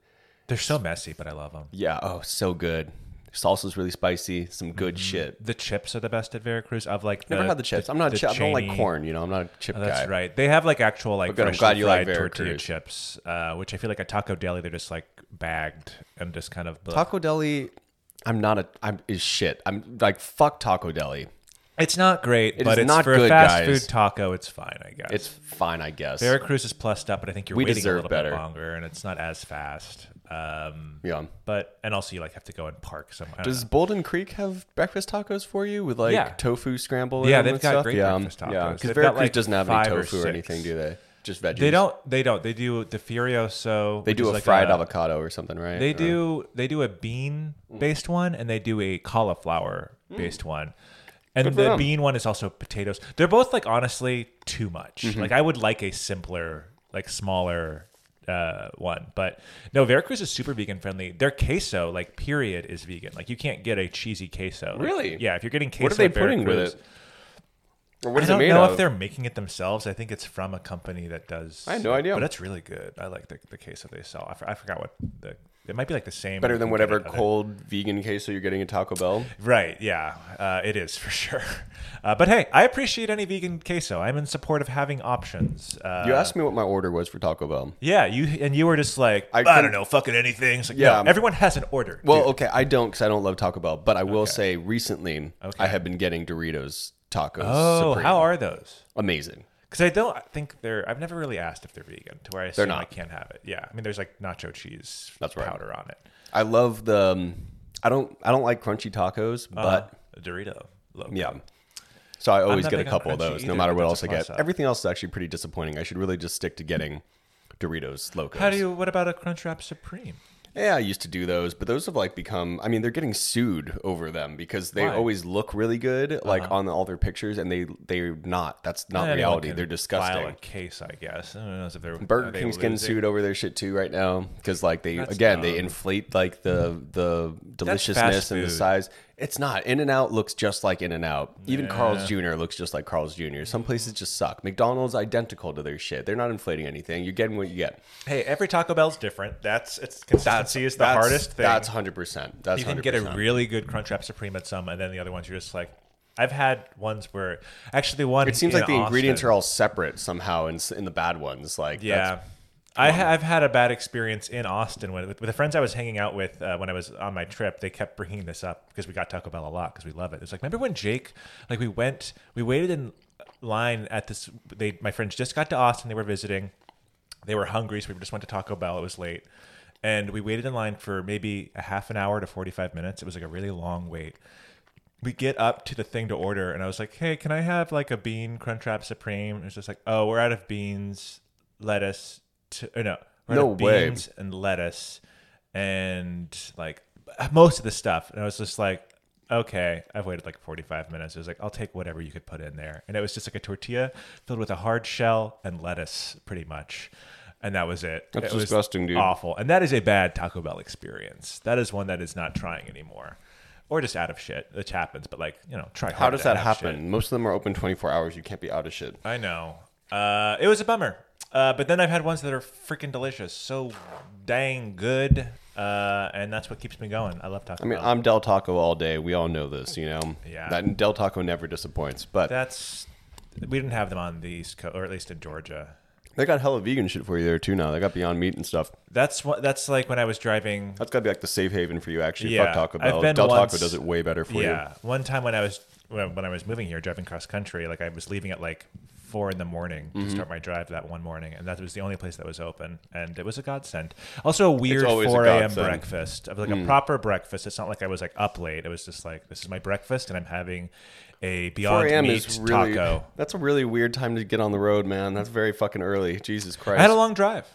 They're so messy, but I love them. Yeah. Oh, so good. Salsa's really spicy. Some good shit. The chips are the best at Veracruz. I've like Never had the chips. I'm not. Mm-hmm. the a chip. I don't like Cheney- corn. You know, I'm not a chip Oh, guy. that's right. They have like actual like good. I'm freshly glad you like fried tortilla Veracruz. chips, uh, which I feel like at Taco Deli they're just like bagged and just kind of. bleh. Taco Deli. I'm not a. I'm is shit. I'm like fuck Taco Deli. It's not great, but is it's not for a good, fast guys. food taco. It's fine, I guess. It's fine, I guess. Veracruz is plussed up, but I think you're We waiting a deserve little better. bit longer, and it's not as fast. Um, yeah. but and also you like have to go and park somewhere. I don't Does Bolden Creek have breakfast tacos for you with like Yeah. tofu scramble? Yeah, and they've with got stuff? great yeah, breakfast um, tacos. Yeah, They've because got, Veracruz like, doesn't have five any or tofu or, six. anything, do they? just veggies. They don't. They don't. They do the furioso. They do a fried avocado or something, right? They Or- do. They do a bean based one, and they do a cauliflower based one. And Hmm. for the them. bean one is also potatoes. They're both like honestly too much. Mm-hmm. Like I would like a simpler, like smaller uh, one. But no, Veracruz is super vegan friendly. Their queso, like period, is vegan. Like you can't get a cheesy queso. Like, Really? Yeah. If you're getting queso, What are they at putting with Veracruz- it? Or what I is don't it made know of? if they're making it themselves. I think it's from a company that does. I had no idea. But it's really good. I like the, the queso they sell. I, for- I forgot what the. It might be like the same. Better than whatever other- cold vegan queso you're getting at Taco Bell. Right. Yeah. Uh, it is for sure. Uh, but hey, I appreciate any vegan queso. I'm in support of having options. Uh, You asked me what my order was for Taco Bell. yeah. You and you were just like I, I don't couldn't- know, fucking anything. It's like, Yeah. no, everyone has an order. Well, dude. okay, I don't because I don't love Taco Bell, but I will say recently I have been getting Doritos tacos. oh, Supreme. how are those? amazing? Because I don't think they're. I've never really asked if they're vegan to where I assume I not. can't have it. Yeah. I mean, there's like nacho cheese That's right. powder on it. I love the. um, I don't. I don't like crunchy tacos, Uh-huh. but a Dorito. Loco. yeah. So I always not get a big on couple of crunchy those, either, no matter but what else that's a I get. plus-up. Everything else is actually pretty disappointing. I should really just stick to getting Doritos Locos. How do you? What about a Crunchwrap Supreme? Yeah, I used to do those, but those have like become. I mean, they're getting sued over them because they Why? Uh-huh. always look really good, like on all their pictures, and they they're not. That's not Anyone reality. can They're disgusting. File a case, I guess. I don't know if they're Burger are they King's getting losing? sued over their shit too right now because like they That's again they inflate like the the deliciousness fast and the food. size. It's not In and Out looks just like In and Out. Even Carl's Jr. looks just like Carl's Jr. Some places just suck. McDonald's identical to their shit. They're not inflating anything. You're getting what you get. Hey, every Taco Bell's different. That's it's consistency is the That's- hardest thing. That's hundred percent. That's you can 100%. get a really good Crunchwrap Supreme at some, and then the other ones you're just like. I've had ones where actually the one It seems in like the ingredients Austin- are all separate somehow in, s- in the bad ones. Like Yeah. I ha- I've had a bad experience in Austin with, with the friends I was hanging out with uh, when I was on my trip. They kept bringing this up because we got Taco Bell a lot because we love it. It's like remember when Jake, like we went, we waited in line at this. They my friends just got to Austin. They were visiting. They were hungry, so we just went to Taco Bell. It was late, and we waited in line for maybe a half an hour to forty five minutes. It was like a really long wait we get up to the thing to order, and I was like, "Hey, can I have like a bean crunchwrap supreme?" And it's just like, "Oh, we're out of beans, lettuce, t- or no, we're No out of way. beans and lettuce, and like most of the stuff." And I was just like, "Okay, I've waited like forty five minutes." It was like, "I'll take whatever you could put in there," and it was just like a tortilla filled with a hard shell and lettuce, pretty much. And that was it. That's It was disgusting, dude. Awful. And that is a bad Taco Bell experience. That is one that is not trying anymore. Or just out of shit, which happens. But like, you know, try. How does that happen? Shit. Most of them are open 24 hours. You can't be out of shit. I know. Uh, it was a bummer. Uh, but then I've had ones that are freaking delicious, so dang good, uh, and that's what keeps me going. I love Taco I mean, Bell. I'm Del Taco all day. We all know this, you know. Uh-huh. Yeah. That Del Taco never disappoints. But that's we didn't have them on the East Coast, or at least in Georgia. they got hella vegan shit for you there too. Now they got Beyond Meat and stuff. That's what. That's like when I was driving That's gotta be like the safe haven for you. Actually, Yeah, fuck Taco I've Bell. been Del once- Taco does it way better for yeah. One time when I was when when I was moving here, driving cross country, like I was leaving at like four in the morning Mm-hmm. to start my drive that one morning, and that was the only place that was open, and it was a godsend. Also, a weird always a four a.m. godsend. Mm. breakfast of like a proper breakfast. It's not like I was like up late. It was just like this is my breakfast, and I'm having a you. 4 Beyond a.m. Meat is really taco. that's a really weird time to get on the road, man. That's very fucking early. Jesus Christ. I had a long drive.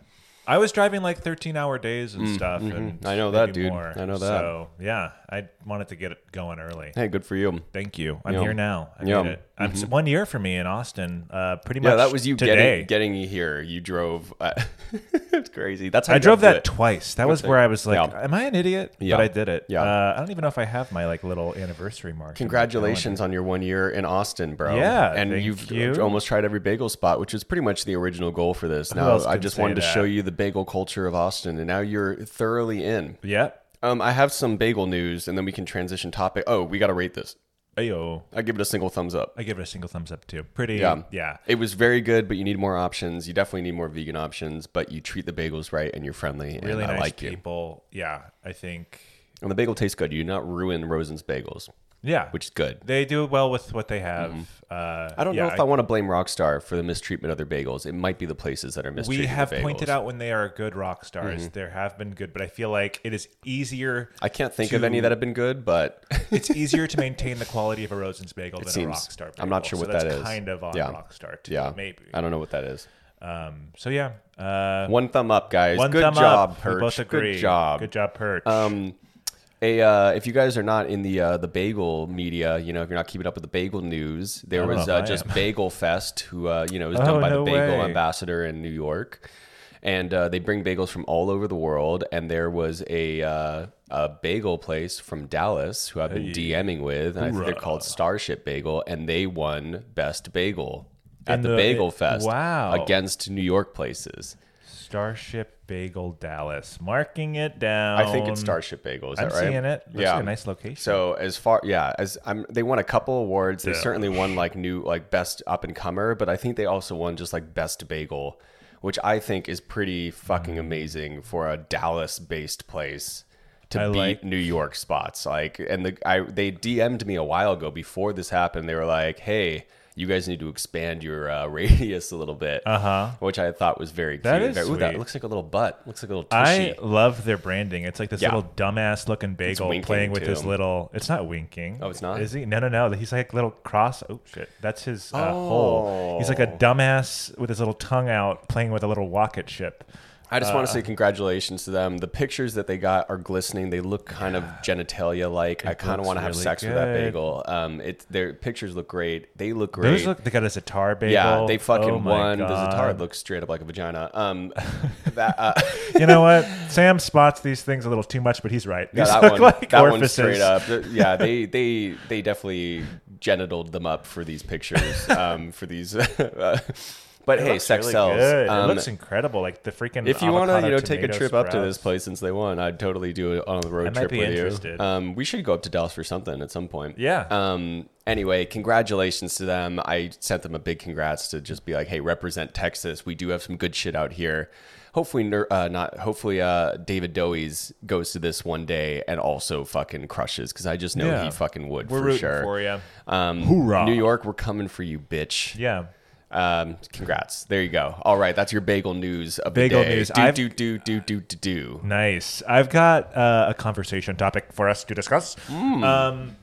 I was driving like 13 hour days and stuff. And Mm, mm-hmm. I know that, maybe dude. more. I know that. So, yeah, I wanted to get it going early. hey, good for you. Thank you. I'm Yum. here now. I Yum. Mm-hmm. made it. I'm it's one year for me in Austin. Uh, pretty much. Yeah, that was you today. getting getting you here. You drove. Uh, it's crazy. That's how I you drove gotta that do it. twice. That was where I was like, Yeah. "Am I an idiot?" Yeah. But I did it. Yeah. Uh, I don't even know if I have my like little anniversary mark. in oh my Congratulations on your one year in Austin, bro. Yeah, and thank you've you. almost tried every bagel spot, which is pretty much the original goal for this. Now, else I can just say wanted to that? show you the bagel culture of Austin, and now you're thoroughly in. calendar. Yep. Um, I have some bagel news, and then we can transition topic. Oh, we got to rate this. Ayo. I give it a single thumbs up. I give it a single thumbs up too. Pretty. Yeah. Yeah. Yeah. It was very good, but you need more options. You definitely need more vegan options, but you treat the bagels right and you're friendly. and Really I nice like you. people. Yeah. I think. And the bagel tastes good. You do not ruin Rosen's bagels, Yeah. which is good. they do well with what they have. Uh, I don't yeah, know if I, want to blame Rockstar for the mistreatment of their bagels. It might be the places that are mistreating we have the bagels. Mm-hmm. pointed out when they are good rock stars. There have been good, but I feel like it is easier. I can't think of any that have been good, but it's easier to maintain the quality of a Rosen's bagel than seems- a Rockstar bagel. I'm not sure so what that's that is. kind of on Yeah. Rockstar too, yeah, maybe. I don't know what that is. Um, so yeah, uh, One thumb up, guys. one Good thumb job, up. Perch. We both agree. Good job. Good job, Perch. Um, a, uh, if you guys are not in the uh, the bagel media, you know, if you're not keeping up with the bagel news, there was know if uh, Oh, I just am. Bagel Fest, who uh, you know is Oh, done by no the bagel way. ambassador in New York, and uh, they bring bagels from all over the world. And there was a uh, a bagel place from Dallas who I've been DMing with, and I think they're called Starship Bagel, and they won best bagel at In the, the- Bagel Fest. Wow. against New York places. Starship Bagel Dallas, marking it down. I think it's Starship Bagel. Is I'm that right? seeing it. Looks yeah, like a nice location. So as far yeah, as I'm they won a couple awards. They Yeah. certainly won like new like best up and comer, but I think they also won just like best bagel, which I think is pretty Mm. fucking amazing for a Dallas based place to I beat like- New York spots. Like and the I they DM'd me a while ago before this happened. They were like, "Hey, you guys need to expand your uh, radius a little bit." Uh-huh. Which I thought was very cute. That is Very- ooh, that sweet. looks like a little butt. Looks like a little I tushy. love their branding. It's like this Yeah. little dumbass looking bagel winking, playing with his too. little. It's not winking. Oh, it's not? Is he? No, no, no. He's like a little cross. Oh shit, that's his uh, hole. He's like Oh. a dumbass with his little tongue out playing with a little rocket ship. I just Uh, want to say congratulations to them. The pictures that they got are glistening. They look kind of genitalia like. I kind of looks want to have really sex with that good. bagel. Um, it their pictures look great. They look great. Those look. They got a Zatar bagel. yeah, they Oh fucking my won. The God. Zatara looks straight up like a vagina. Um, that uh, you know what? Sam spots these things a little too much, but he's right. These that look one, like that one orifices. straight up. Th- Yeah, they they they definitely genitaled them up for these pictures. Um, for these, uh, but hey, Looks sex really sells. good. Um, it looks incredible. Like the freaking. if you want to, avocado you know, take a tomato trip up to this sprouts. place since they won, I'd totally do it on a road I might trip be with interested. you. Um, we should go up to Dallas for something at some point. Yeah. Um. Anyway, congratulations to them. I sent them a big congrats to just be like, hey, represent Texas. We do have some good shit out here. Hopefully, ner- uh, not. Hopefully, uh, David Dowies goes to this one day and also fucking crushes because I just know Yeah. he fucking would We're for rooting sure. for you. Um, Hoorah. New York, we're coming for you, bitch. Yeah. Um, congrats. There you go. All right, that's your bagel news of Bagel the day. news. Do I've- do do do do do do. Nice. I've got uh, a conversation topic for us to discuss. Um,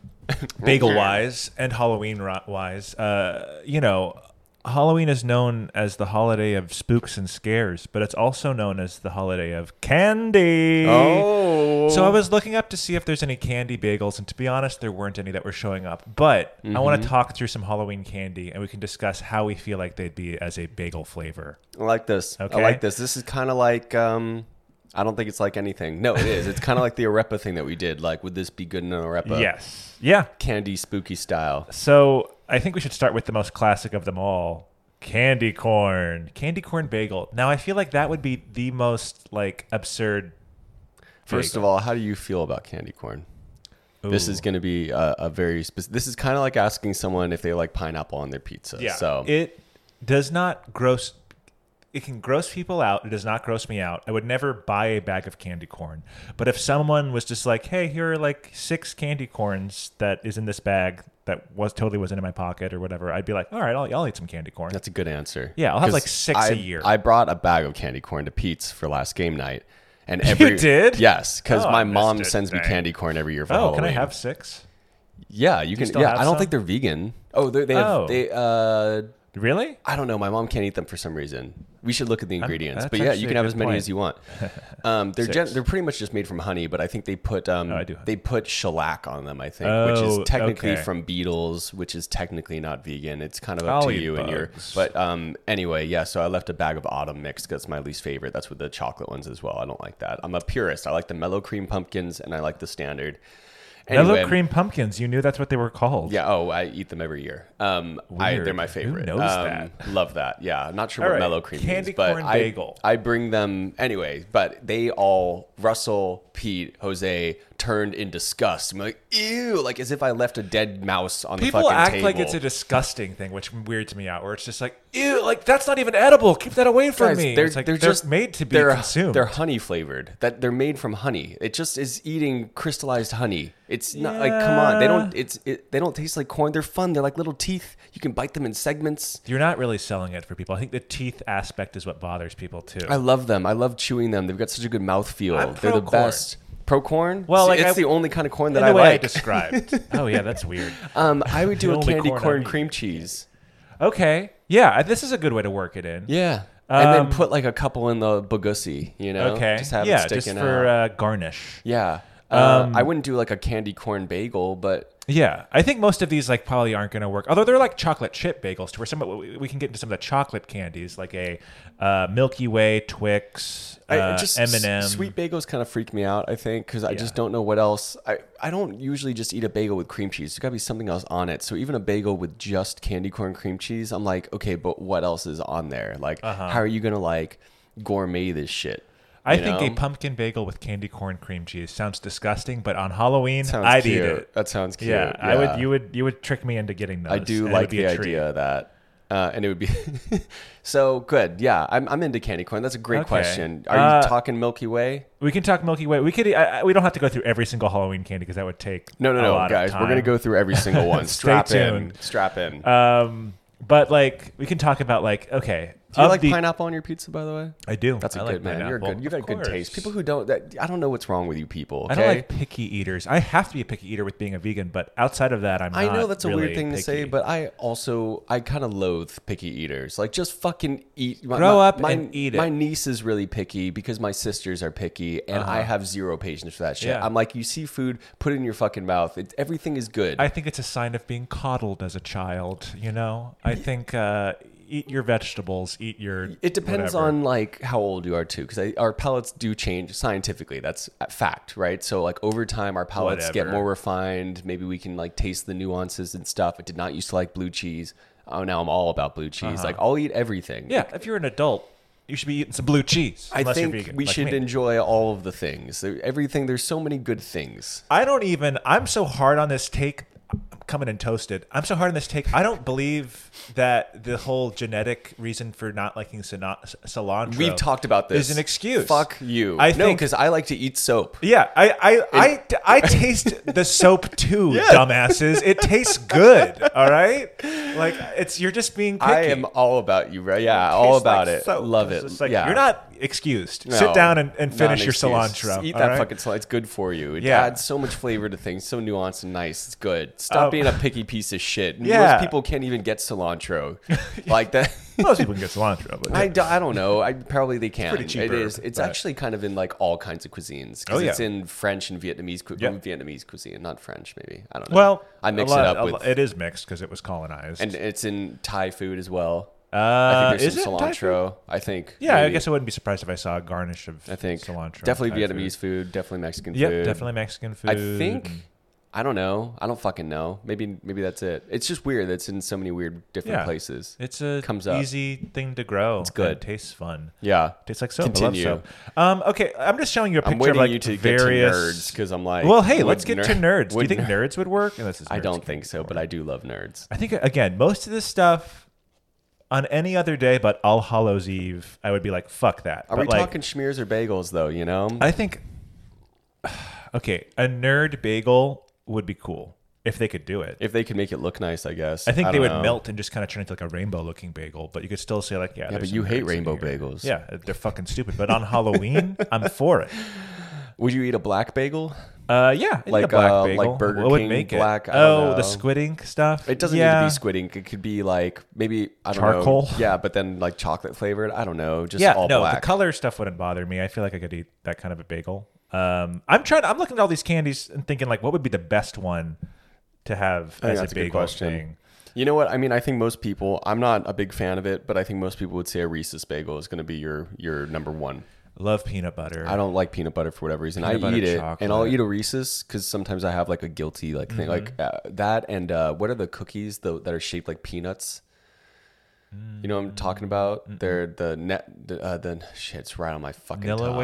bagel wise and Halloween ro- wise, uh, you know, Halloween is known as the holiday of spooks and scares, but it's also known as the holiday of candy. Oh. So I was looking up to see if there's any candy bagels, and to be honest, there weren't any that were showing up. But I want to talk through some Halloween candy, and we can discuss how we feel like they'd be as a bagel flavor. I like this. Okay. I like this. This is kind of like um. I don't think it's like anything. No, it is. It's kind of like the arepa thing that we did. Like, would this be good in an arepa? yes. Yeah. Candy spooky style. So I think we should start with the most classic of them all. Candy corn, candy corn bagel. Now I feel like that would be the most like absurd. First of all, how do you feel about candy corn? This Ooh. is going to be a, a very specific. This is kind of like asking someone if they like pineapple on their pizza. Yeah. So it does not gross. It can gross people out. It does not gross me out. I would never buy a bag of candy corn. But if someone was just like, "Hey, here are like six candy corns that is in this bag that was totally wasn't in my pocket or whatever," I'd be like, "All right, I'll, I'll eat some candy corn." That's a good answer. Yeah, I'll have, 'Cause like, six I- a year. I brought a bag of candy corn to Pete's for last game night, and every did? Yes, because Oh, I my missed mom it. sends me Dang. candy corn every year for oh, Halloween. can I have six? Yeah, you can. still yeah, have I don't some? think they're vegan. Oh, they they have. Oh. They, uh, Really? I don't know. My mom can't eat them for some reason. We should look at the ingredients. that's But yeah, actually you can a have good as many point. as you want. Um, they're gen- Six. they're pretty much just made from honey, but I think they put um, I do have- they put shellac on them. I think, which Oh, is technically okay. from beetles, which is technically not vegan. It's kind of up I'll to eat you and your. bugs. But um, anyway, yeah. So I left a bag of autumn mix. 'cause That's my least favorite. That's with the chocolate ones as well. I don't like that. I'm a purist. I like the mellow cream pumpkins, and I like the standard. Mellow Anyway, cream pumpkins. You knew that's what they were called. yeah. Oh, I eat them every year. Um, I, Weird. they're my Who favorite. knows Um, Love that. Yeah. I'm not sure All what right. mellow cream Candy means, but corn I, bagel. I bring them anyway. But they all Russell, Pete, Jose turned in disgust. I'm like, ew, like as if I left a dead mouse on the People fucking act table. like it's a disgusting thing, which weirds me out. Where it's just like, ew, like that's not even edible. Keep that away from Guys, me. They're, it's like they're, just made to be they're, consumed. They're honey flavored. That they're made from honey. It just is eating crystallized honey. It's not like come on. They don't. It's it, they don't taste like corn. They're fun. They're like little teeth. You can bite them in segments. You're not really selling it for people. I think the teeth aspect is what bothers people too. I love them. I love chewing them. They've got such a good mouthfeel. I'm They're the pro-corn. best. Pro corn? Well, like, it's I- the only kind of corn that In I the way I like. described. oh yeah, that's weird. um, I would do The a only candy corn I corn eat. cream cheese. Okay, yeah, I- this is a good way to work it in. Yeah. and then put like a couple in the Bagussi, you know? Okay. Just have yeah, it just sticking for out. uh, um, garnish. yeah. Uh, I wouldn't do like a candy corn bagel, but Yeah, I think most of these like probably aren't going to work. Although they're like chocolate chip bagels, to where some we we can get into some of the chocolate candies, like a uh, Milky Way, Twix, I- uh, just M and m s- sweet bagels kind of freak me out. I think because I just don't know what else. I I don't usually just eat a bagel with cream cheese. There's got to be something else on it. So even a bagel with just candy corn cream cheese, I'm like, okay, but what else is on there? Like, Uh-huh. how are you gonna like gourmet this shit? I you think a know? pumpkin bagel with candy corn cream cheese sounds disgusting, but on Halloween, Sounds I'd cute. eat it. That sounds cute. Yeah, I would. You would. You would trick me into getting those. I do and it would like be the a treat. idea of that. Uh, and it would be so good. Yeah, I'm, I'm into candy corn. That's a great Okay. question. Are you Uh, talking Milky Way? We can talk Milky Way. We could. I, I- we don't have to go through every single Halloween candy because that would take No, no, a no, lot of guys. We're gonna time. go through every single one. Stay Strap tuned. in. Strap in. Um, but like we can talk about like okay. Do you of like the- pineapple on your pizza, by the way? I do. That's a I good like man. You're pineapple. good. You Of got good taste. course. People who don't, that, I don't know what's wrong with you people. I Okay? don't like picky eaters. I have to be a picky eater with being a vegan, but outside of that, I'm. I know not that's a really weird thing to say, picky. but I also I kind of loathe picky eaters. Like just fucking eat. My, Grow my- up my- and eat it. My niece is really picky because my sisters are picky, and I have zero patience for that shit. Uh-huh. Yeah. I'm like, you see food, put it in your fucking mouth. It, everything is good. I think it's a sign of being coddled as a child. You know, I think uh, eat your vegetables, eat your. it depends whatever. on like how old you are too, because our palates do change scientifically. That's a fact, right? So like over time, our palates Whatever. get more refined. Maybe we can like taste the nuances and stuff. I did not used to like blue cheese. Oh, now I'm all about blue cheese. Like I'll eat everything. Uh-huh. Yeah, if you're an adult, you should be eating some blue cheese. I unless think you're vegan, we like should me. enjoy all of the things. There- Everything. There's so many good things. I don't even. I'm so hard on this take. I'm coming in toasted. I'm so hard on this take. I don't believe that the whole genetic reason for not liking sina- cilantro. We've talked about this. Is an excuse. Fuck you. I no, think- because I like to eat soap. Yeah, I I, I, I taste the soap too, dumbasses. It tastes good. All right, like it's you're just being picky. I am all about you, right? Yeah, all Tastes about like it. soap. Love It's it. just like, yeah. You're not excused. Sit No, down and, and not finish an your excuse. cilantro. Eat all that right? fucking cilantro. It's good for you. It Yeah. adds so much flavor to things, so nuanced and nice. It's good. Stop Oh. being a picky piece of shit. Yeah. Most people can't even get cilantro like that. Most people can get cilantro, but I, do, I don't know. I probably they can. pretty cheap it is. herb, It's but- actually kind of in like all kinds of cuisines. 'cause Oh, yeah. It's in French and Vietnamese cu- mm, Yeah. Vietnamese cuisine, not French maybe. I don't know. well, I mix a lot- it a up lot- with, it is mixed because it was colonized. and it's in Thai food as well. Uh, I think is there's some it Thai food? cilantro. I think. Yeah, I maybe. guess I wouldn't be surprised if I saw a garnish of I think cilantro. Definitely Thai Vietnamese Food. food. Definitely Mexican Yep, food. definitely Mexican food. I think I don't know. I don't fucking know. Maybe maybe that's it. It's just weird that it's in so many weird different Yeah. places. it's a comes up. easy thing to grow. It's good. tastes fun. Yeah. Tastes like soap. Continue. I love soap. Um, okay, I'm just showing you a picture I'm waiting of like you to various get to nerds because I'm like. Well, hey, would let's get ner- to nerds. Do you would think ner- nerds would work? Unless it's I nerds don't can't think so, but I do love nerds. I think again, most of this stuff on any other day but All Hallows Eve, I would be like, fuck that. Are but we like, talking schmears or bagels though? You know, I think okay, a nerd bagel would be cool if they could do it. if they could make it look nice, I guess. I think they don't would know. melt and just kind of turn into like a rainbow looking bagel, but you could still say like, yeah. Yeah, there's but some you hate nerds in rainbow here. bagels. Yeah, they're fucking stupid. But on Halloween, I'm for it. Would you eat a black bagel? Uh, yeah, I need a Like, black uh, like bagel. Burger what would King make black, It? I don't oh, the know. squid ink stuff. It doesn't need Yeah. to be squid ink. It could be like maybe I don't Charcoal? know. Yeah, but then like chocolate flavored. I don't know. Just yeah, all no, black. the color stuff wouldn't bother me. I feel like I could eat that kind of a bagel. Um, I'm trying. I'm looking at all these candies and thinking like, what would be the best one to have think as that's a a good bagel question. thing? You know what? I mean, I think most people. I'm not a big fan of it, but I think most people would say a Reese's bagel is going to be your your number one. Love peanut butter. I don't like peanut butter for whatever reason. Peanut I butter eat it, and I'll chocolate. eat a Reese's because sometimes I have like a guilty like thing like uh, Mm-hmm. that. And uh, what are the cookies though that are shaped like peanuts? You know what I'm talking Mm, about? They're the net the, uh, the shit. It's right on my fucking Vanilla tongue.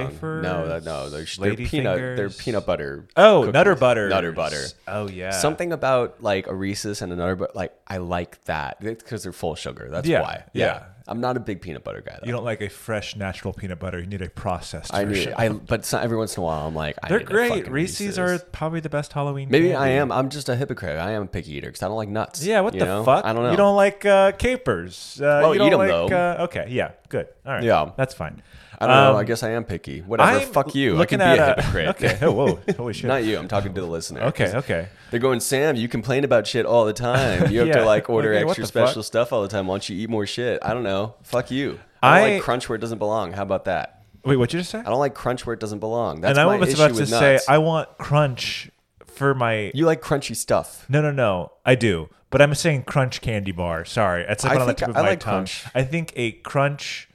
No, that, wafers? no, they're, sh- they're Lady peanut. They're fingers? peanut butter. Oh, cookies. Nutter Butters. Nutter butter. Oh yeah. Something about like a Reese's and another, but like I like that because they're full sugar. That's Yeah, why. yeah. I'm not a big peanut butter guy. Though. You don't like a fresh natural peanut butter. You need a processed I version. need, I, but so- every once in a while, I'm like, I They're need a great. fucking Reese's, are probably the best Halloween. Maybe candy. I am. I'm just a hypocrite. I am a picky eater because I don't like nuts. Yeah. What you the know? fuck? I don't know. You don't like uh, capers. Uh, Well, you don't eat 'em, like, though. Uh, okay. Yeah. Good. All right. Yeah. That's fine. I don't know. Um, I guess I am picky. Whatever. I'm fuck you. I looking can be a at hypocrite. Okay. Oh, whoa. Holy shit. Not you. I'm talking to the listener. Okay, 'cause okay. They're going, Sam. You complain about shit all the time. You have Yeah. to like order Okay, what extra the fuck?" special stuff all the time. Why don't you eat more shit? I don't know. Fuck you. I don't I- like crunch where it doesn't belong. How about that? Wait, what you just say? I don't like crunch where it doesn't belong. That's and I my was issue about to with say nuts. I want crunch for my. you like crunchy stuff. No, no, no. I do, but I'm saying crunch candy bar. Sorry, that's like I on the think tip of I my like tongue. crunch. I think a crunch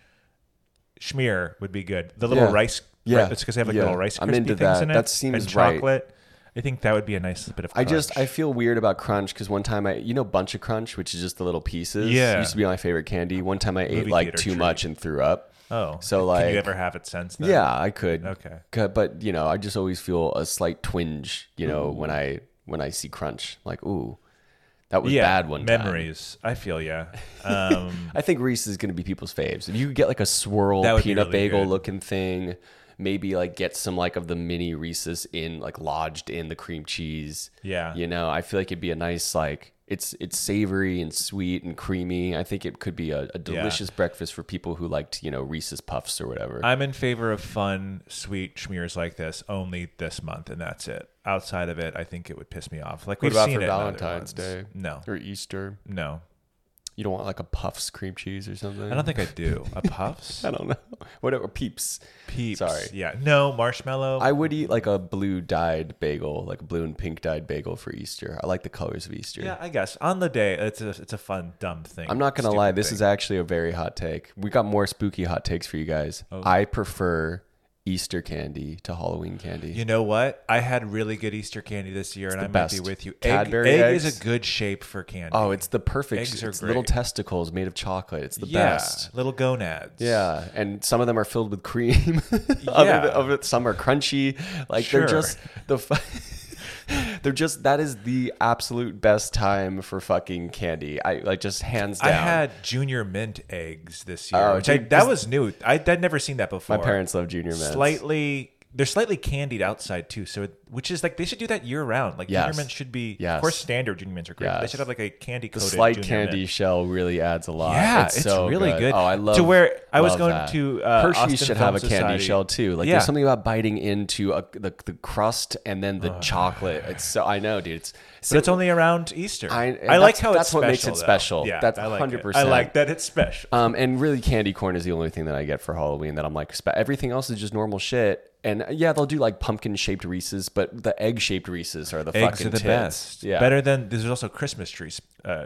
schmear would be good. The little Yeah. rice. Yeah. it's because they have like Yeah. little rice I'm crispy into things that. in it. That seems and right. chocolate. I think that would be a nice bit of. I Crunch. just I feel weird about crunch because one time I you know bunch of crunch which is just the little pieces Yeah. used to be my favorite candy. One time I ate Movie like theater too treat. much and threw up. Oh, So, can like- you ever have it since then? Yeah, I could. Okay. C- But you know, I just always feel a slight twinge. You know, when I when I see crunch, like ooh, that was yeah. bad one time. Memories. I feel yeah. Um, I think Reese's is going to be people's faves. If you could get like a swirl That would be peanut really bagel good. looking thing, maybe like get some like of the mini Reese's in like lodged in the cream cheese. Yeah. You know, I feel like it'd be a nice like it's it's savory and sweet and creamy. I think it could be a, a delicious breakfast for people who liked, you know, Reese's puffs or whatever. I'm in favor of fun, sweet schmears like this only this month, and that's it. Outside of it, I think it would piss me off. Like we've about seen for it in other Valentine's ones. Day? No, or Easter. no, You don't want like a puffs cream cheese or something? I don't think I do. A puffs, I don't know. Whatever peeps. peeps. Sorry. yeah, no marshmallow. I would eat like a blue dyed bagel, like a blue and pink dyed bagel for Easter. I like the colors of Easter. yeah, I guess on the day, it's a it's a fun dumb thing. I'm not gonna lie, this is is actually a very hot take. We got more spooky hot takes for you guys. Oh. I prefer Easter candy to Halloween candy. You know what? I had really good Easter candy this year, and I the might be best. with you. Egg, Cadbury egg is eggs? a good shape for candy. oh, it's the perfect. Eggs are it's little great. testicles made of chocolate. It's the yeah, best. little gonads. Yeah, and some of them are filled with cream. Yeah. Other than, other- some are crunchy. Like Sure. they're just the. fu- they're just that is the absolute best time for fucking candy. I like just hands down. I had junior mint eggs this year, Oh, which I, dude, that this- was new. I, I'd never seen that before. My parents love junior mints. slightly they're slightly candied outside too, so it, which is like they should do that year round. Like Yes. junior mints should be, of Yes. course, standard junior mints are great. but They Yes. should have like a candy the coated slight candy shell really adds a lot. Yeah, it's, it's so really good. Oh, I love To where I was love going that. to, uh, Hershey's Austin should Film have a Society. candy shell too. Like Yeah. there's something about biting into a, the the crust and then the chocolate. It's so I know, dude. It's But it's only around Easter. I- I, and like that's- how it's that's what makes it special, though. special. Yeah, That's I like it. 100%. I like that it's special. Um, and really, candy corn is the only thing that I get for Halloween that I'm like, spe- everything else is just normal shit. And uh, yeah, they'll do like pumpkin shaped Reese's, but the egg shaped Reese's are the Eggs fucking are the tits. best. Yeah. better than there's also Christmas trees, uh,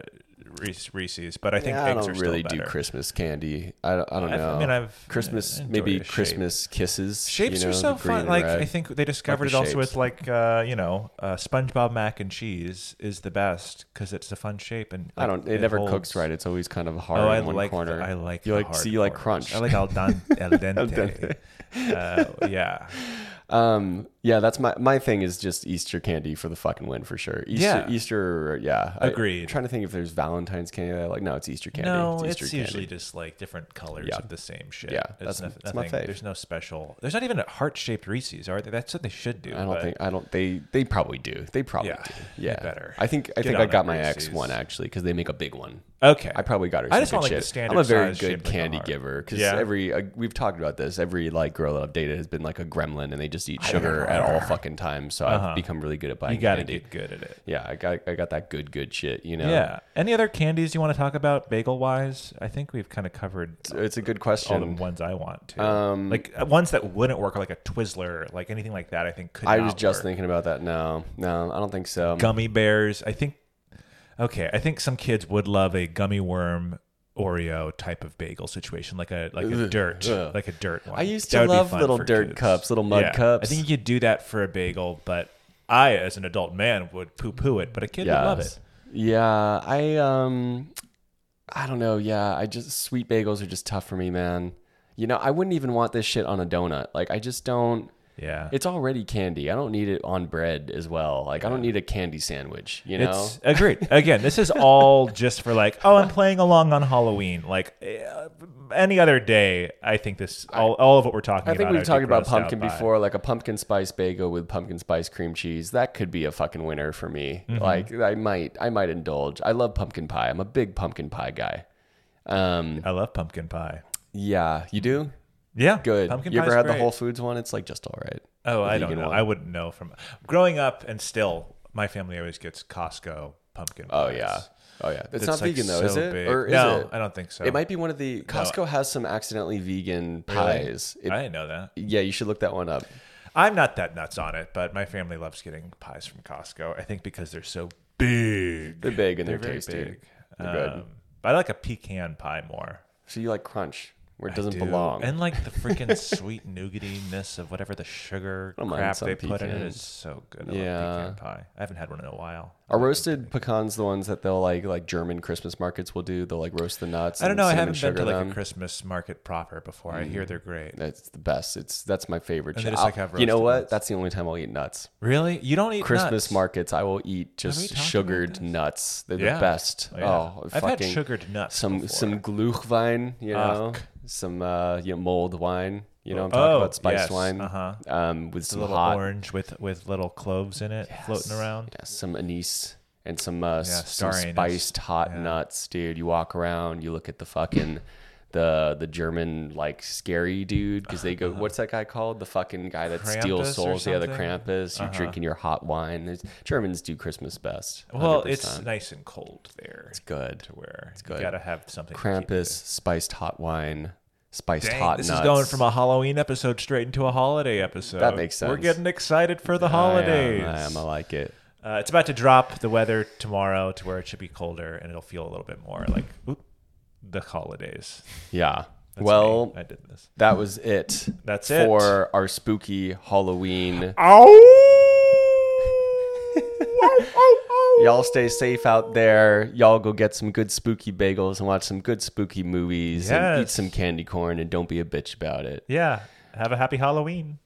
Reese, Reese's, but I think Yeah, I eggs don't are really still do better. Christmas candy. I don't, I don't I've- I know. mean, I've- Christmas, I enjoy maybe a shape. Christmas kisses. Shapes you know, are the so green fun. and Like red. I think they discovered it also shapes. with like uh, you know uh, SpongeBob mac and cheese is the best because it's a fun shape and I don't. It, it never holds. cooks right. It's always kind of hard Oh, I in one like corner. The, I like you the like hard see you like corners. crunch. I like al, dan- al dente. Uh, yeah, um, yeah, that's my my thing is just Easter candy for the fucking win for sure. Easter, Yeah. Easter, yeah. I- Agreed. I'm trying to think if there's Valentine's candy that I like. No, it's Easter candy. no, it's, Easter usually candy. just like different colors Yeah. of the same shit. Yeah, it's that's- noth- that's my nothing. fave. There's no special. There's not even a heart shaped Reese's, are they? That's what they should do. I don't but- think I don't. They they probably do. They probably Yeah, do. they Yeah, better. I think I Get think I on got it, my X Reese's. one actually because they make a big one. Okay, I probably got her. I some just good want, like, the shit. standard I'm a very size good shaped like a candy heart. giver because Yeah. every uh, we've talked about this. Every like girl that I've dated has been like a gremlin, and they just eat sugar at all fucking times. So I've become really good at buying Uh-huh. you got to candy. get good at it. yeah, I got I got that good good shit. You know. Yeah. Any other candies you want to talk about bagel wise? I think we've kind of covered So it's a good all the question. ones I want to. Um, like uh, ones that wouldn't work, like a Twizzler, like anything like that. I think could. I not was just work. thinking about that. No, no, I don't think so. gummy bears. I think. Okay, I think some kids would love a gummy worm Oreo type of bagel situation, like a like a dirt, ugh. like a dirt one. I used That to would be love fun little for dirt kids. cups, little mud Yeah, cups. I think you could do that for a bagel, but I, as an adult man, would poo poo it. But a kid would love it. Yes. Yeah, I um, I don't know. Yeah, I just sweet bagels are just tough for me, man. You know, I wouldn't even want this shit on a donut. Like, I just don't. Yeah, It's already candy. I don't need it on bread as well. Like I don't need a candy sandwich, you know? It's agreed. Again, this is all just for like, oh, I'm playing along on Halloween. Like uh, any other day, I think this all, all of what we're talking I about. think we've I'd be talked about grossed out pumpkin by. before, like a pumpkin spice bagel with pumpkin spice cream cheese. That could be a fucking winner for me. Mm-hmm. Like I might I might indulge. I love pumpkin pie. I'm a big pumpkin pie guy. Um I love pumpkin pie. yeah, you do? Yeah, Good. Pumpkin you pie's ever had great. the Whole Foods one? It's like just all right. Oh, The I don't vegan know. one. I wouldn't know from growing up, and still, my family always gets Costco pumpkin. Oh pies. yeah. Oh yeah, it's that's, not like, vegan though, is so it? big. Or is no, it? I don't think so. It might be one of the Costco has some accidentally vegan pies. It- I didn't know that. yeah, you should look that one up. I'm not that nuts on it, but my family loves getting pies from Costco. I think because they're so big. They're big and they're, very tasty. big. They're good. Um, but I like a pecan pie more. So you like crunch where it I doesn't do. belong. And like the freaking sweet nougatiness of whatever the sugar I don't mind crap some they put in it pecans. is so good. I Yeah. love pecan pie. I haven't had one in a while. Are roasted pecans the ones that they'll like like German Christmas markets will do? They'll like roast the nuts. I don't and know. I cinnamon haven't been sugar to like them. Mm-hmm. a Christmas market proper before. I hear they're great. That's the best. It's that's my favorite. And they shit. just, I'll- like, have you know roasted what? nuts. That's the only time I'll eat nuts. Really? You don't eat Christmas nuts? markets, I will eat we just talked about sugared this? nuts. They're Yeah. the best. Oh, yeah. Oh, I've had fucking- sugared nuts Some before. some Gluchwein, you know, Ugh. some uh, you know, mold wine. You know, I'm talking Oh, about spiced yes. wine Uh-huh. um, with It's a some little hot, orange with with little cloves in it floating around. yeah, some anise and some uh, s- Yeah, some star anise. spiced hot nuts, dude. You walk around, you look at the fucking. The, the German like scary dude because they go what's that guy called the fucking guy that Uh-huh. Krampus or steals souls yeah the something? Uh-huh. Krampus you're drinking your hot wine There's, Germans do Christmas best Well, 100%. it's nice and cold there. It's good to where it's good. you gotta have something. to keep it. Krampus spiced hot wine spiced Dang, hot this nuts is going from a Halloween episode straight into a holiday episode. That makes We're sense. getting excited for the I am, holidays. I am I like it Uh, it's about to drop the weather tomorrow to where it should be colder and it'll feel a little bit more like oop, the holidays. yeah That's well me. I did this. that was it That's it. for our spooky Halloween Y'all stay safe out there. Y'all go get some good spooky bagels and watch some good spooky movies and eat Yes. some candy corn and don't be a bitch about it. Yeah. Have a happy Halloween.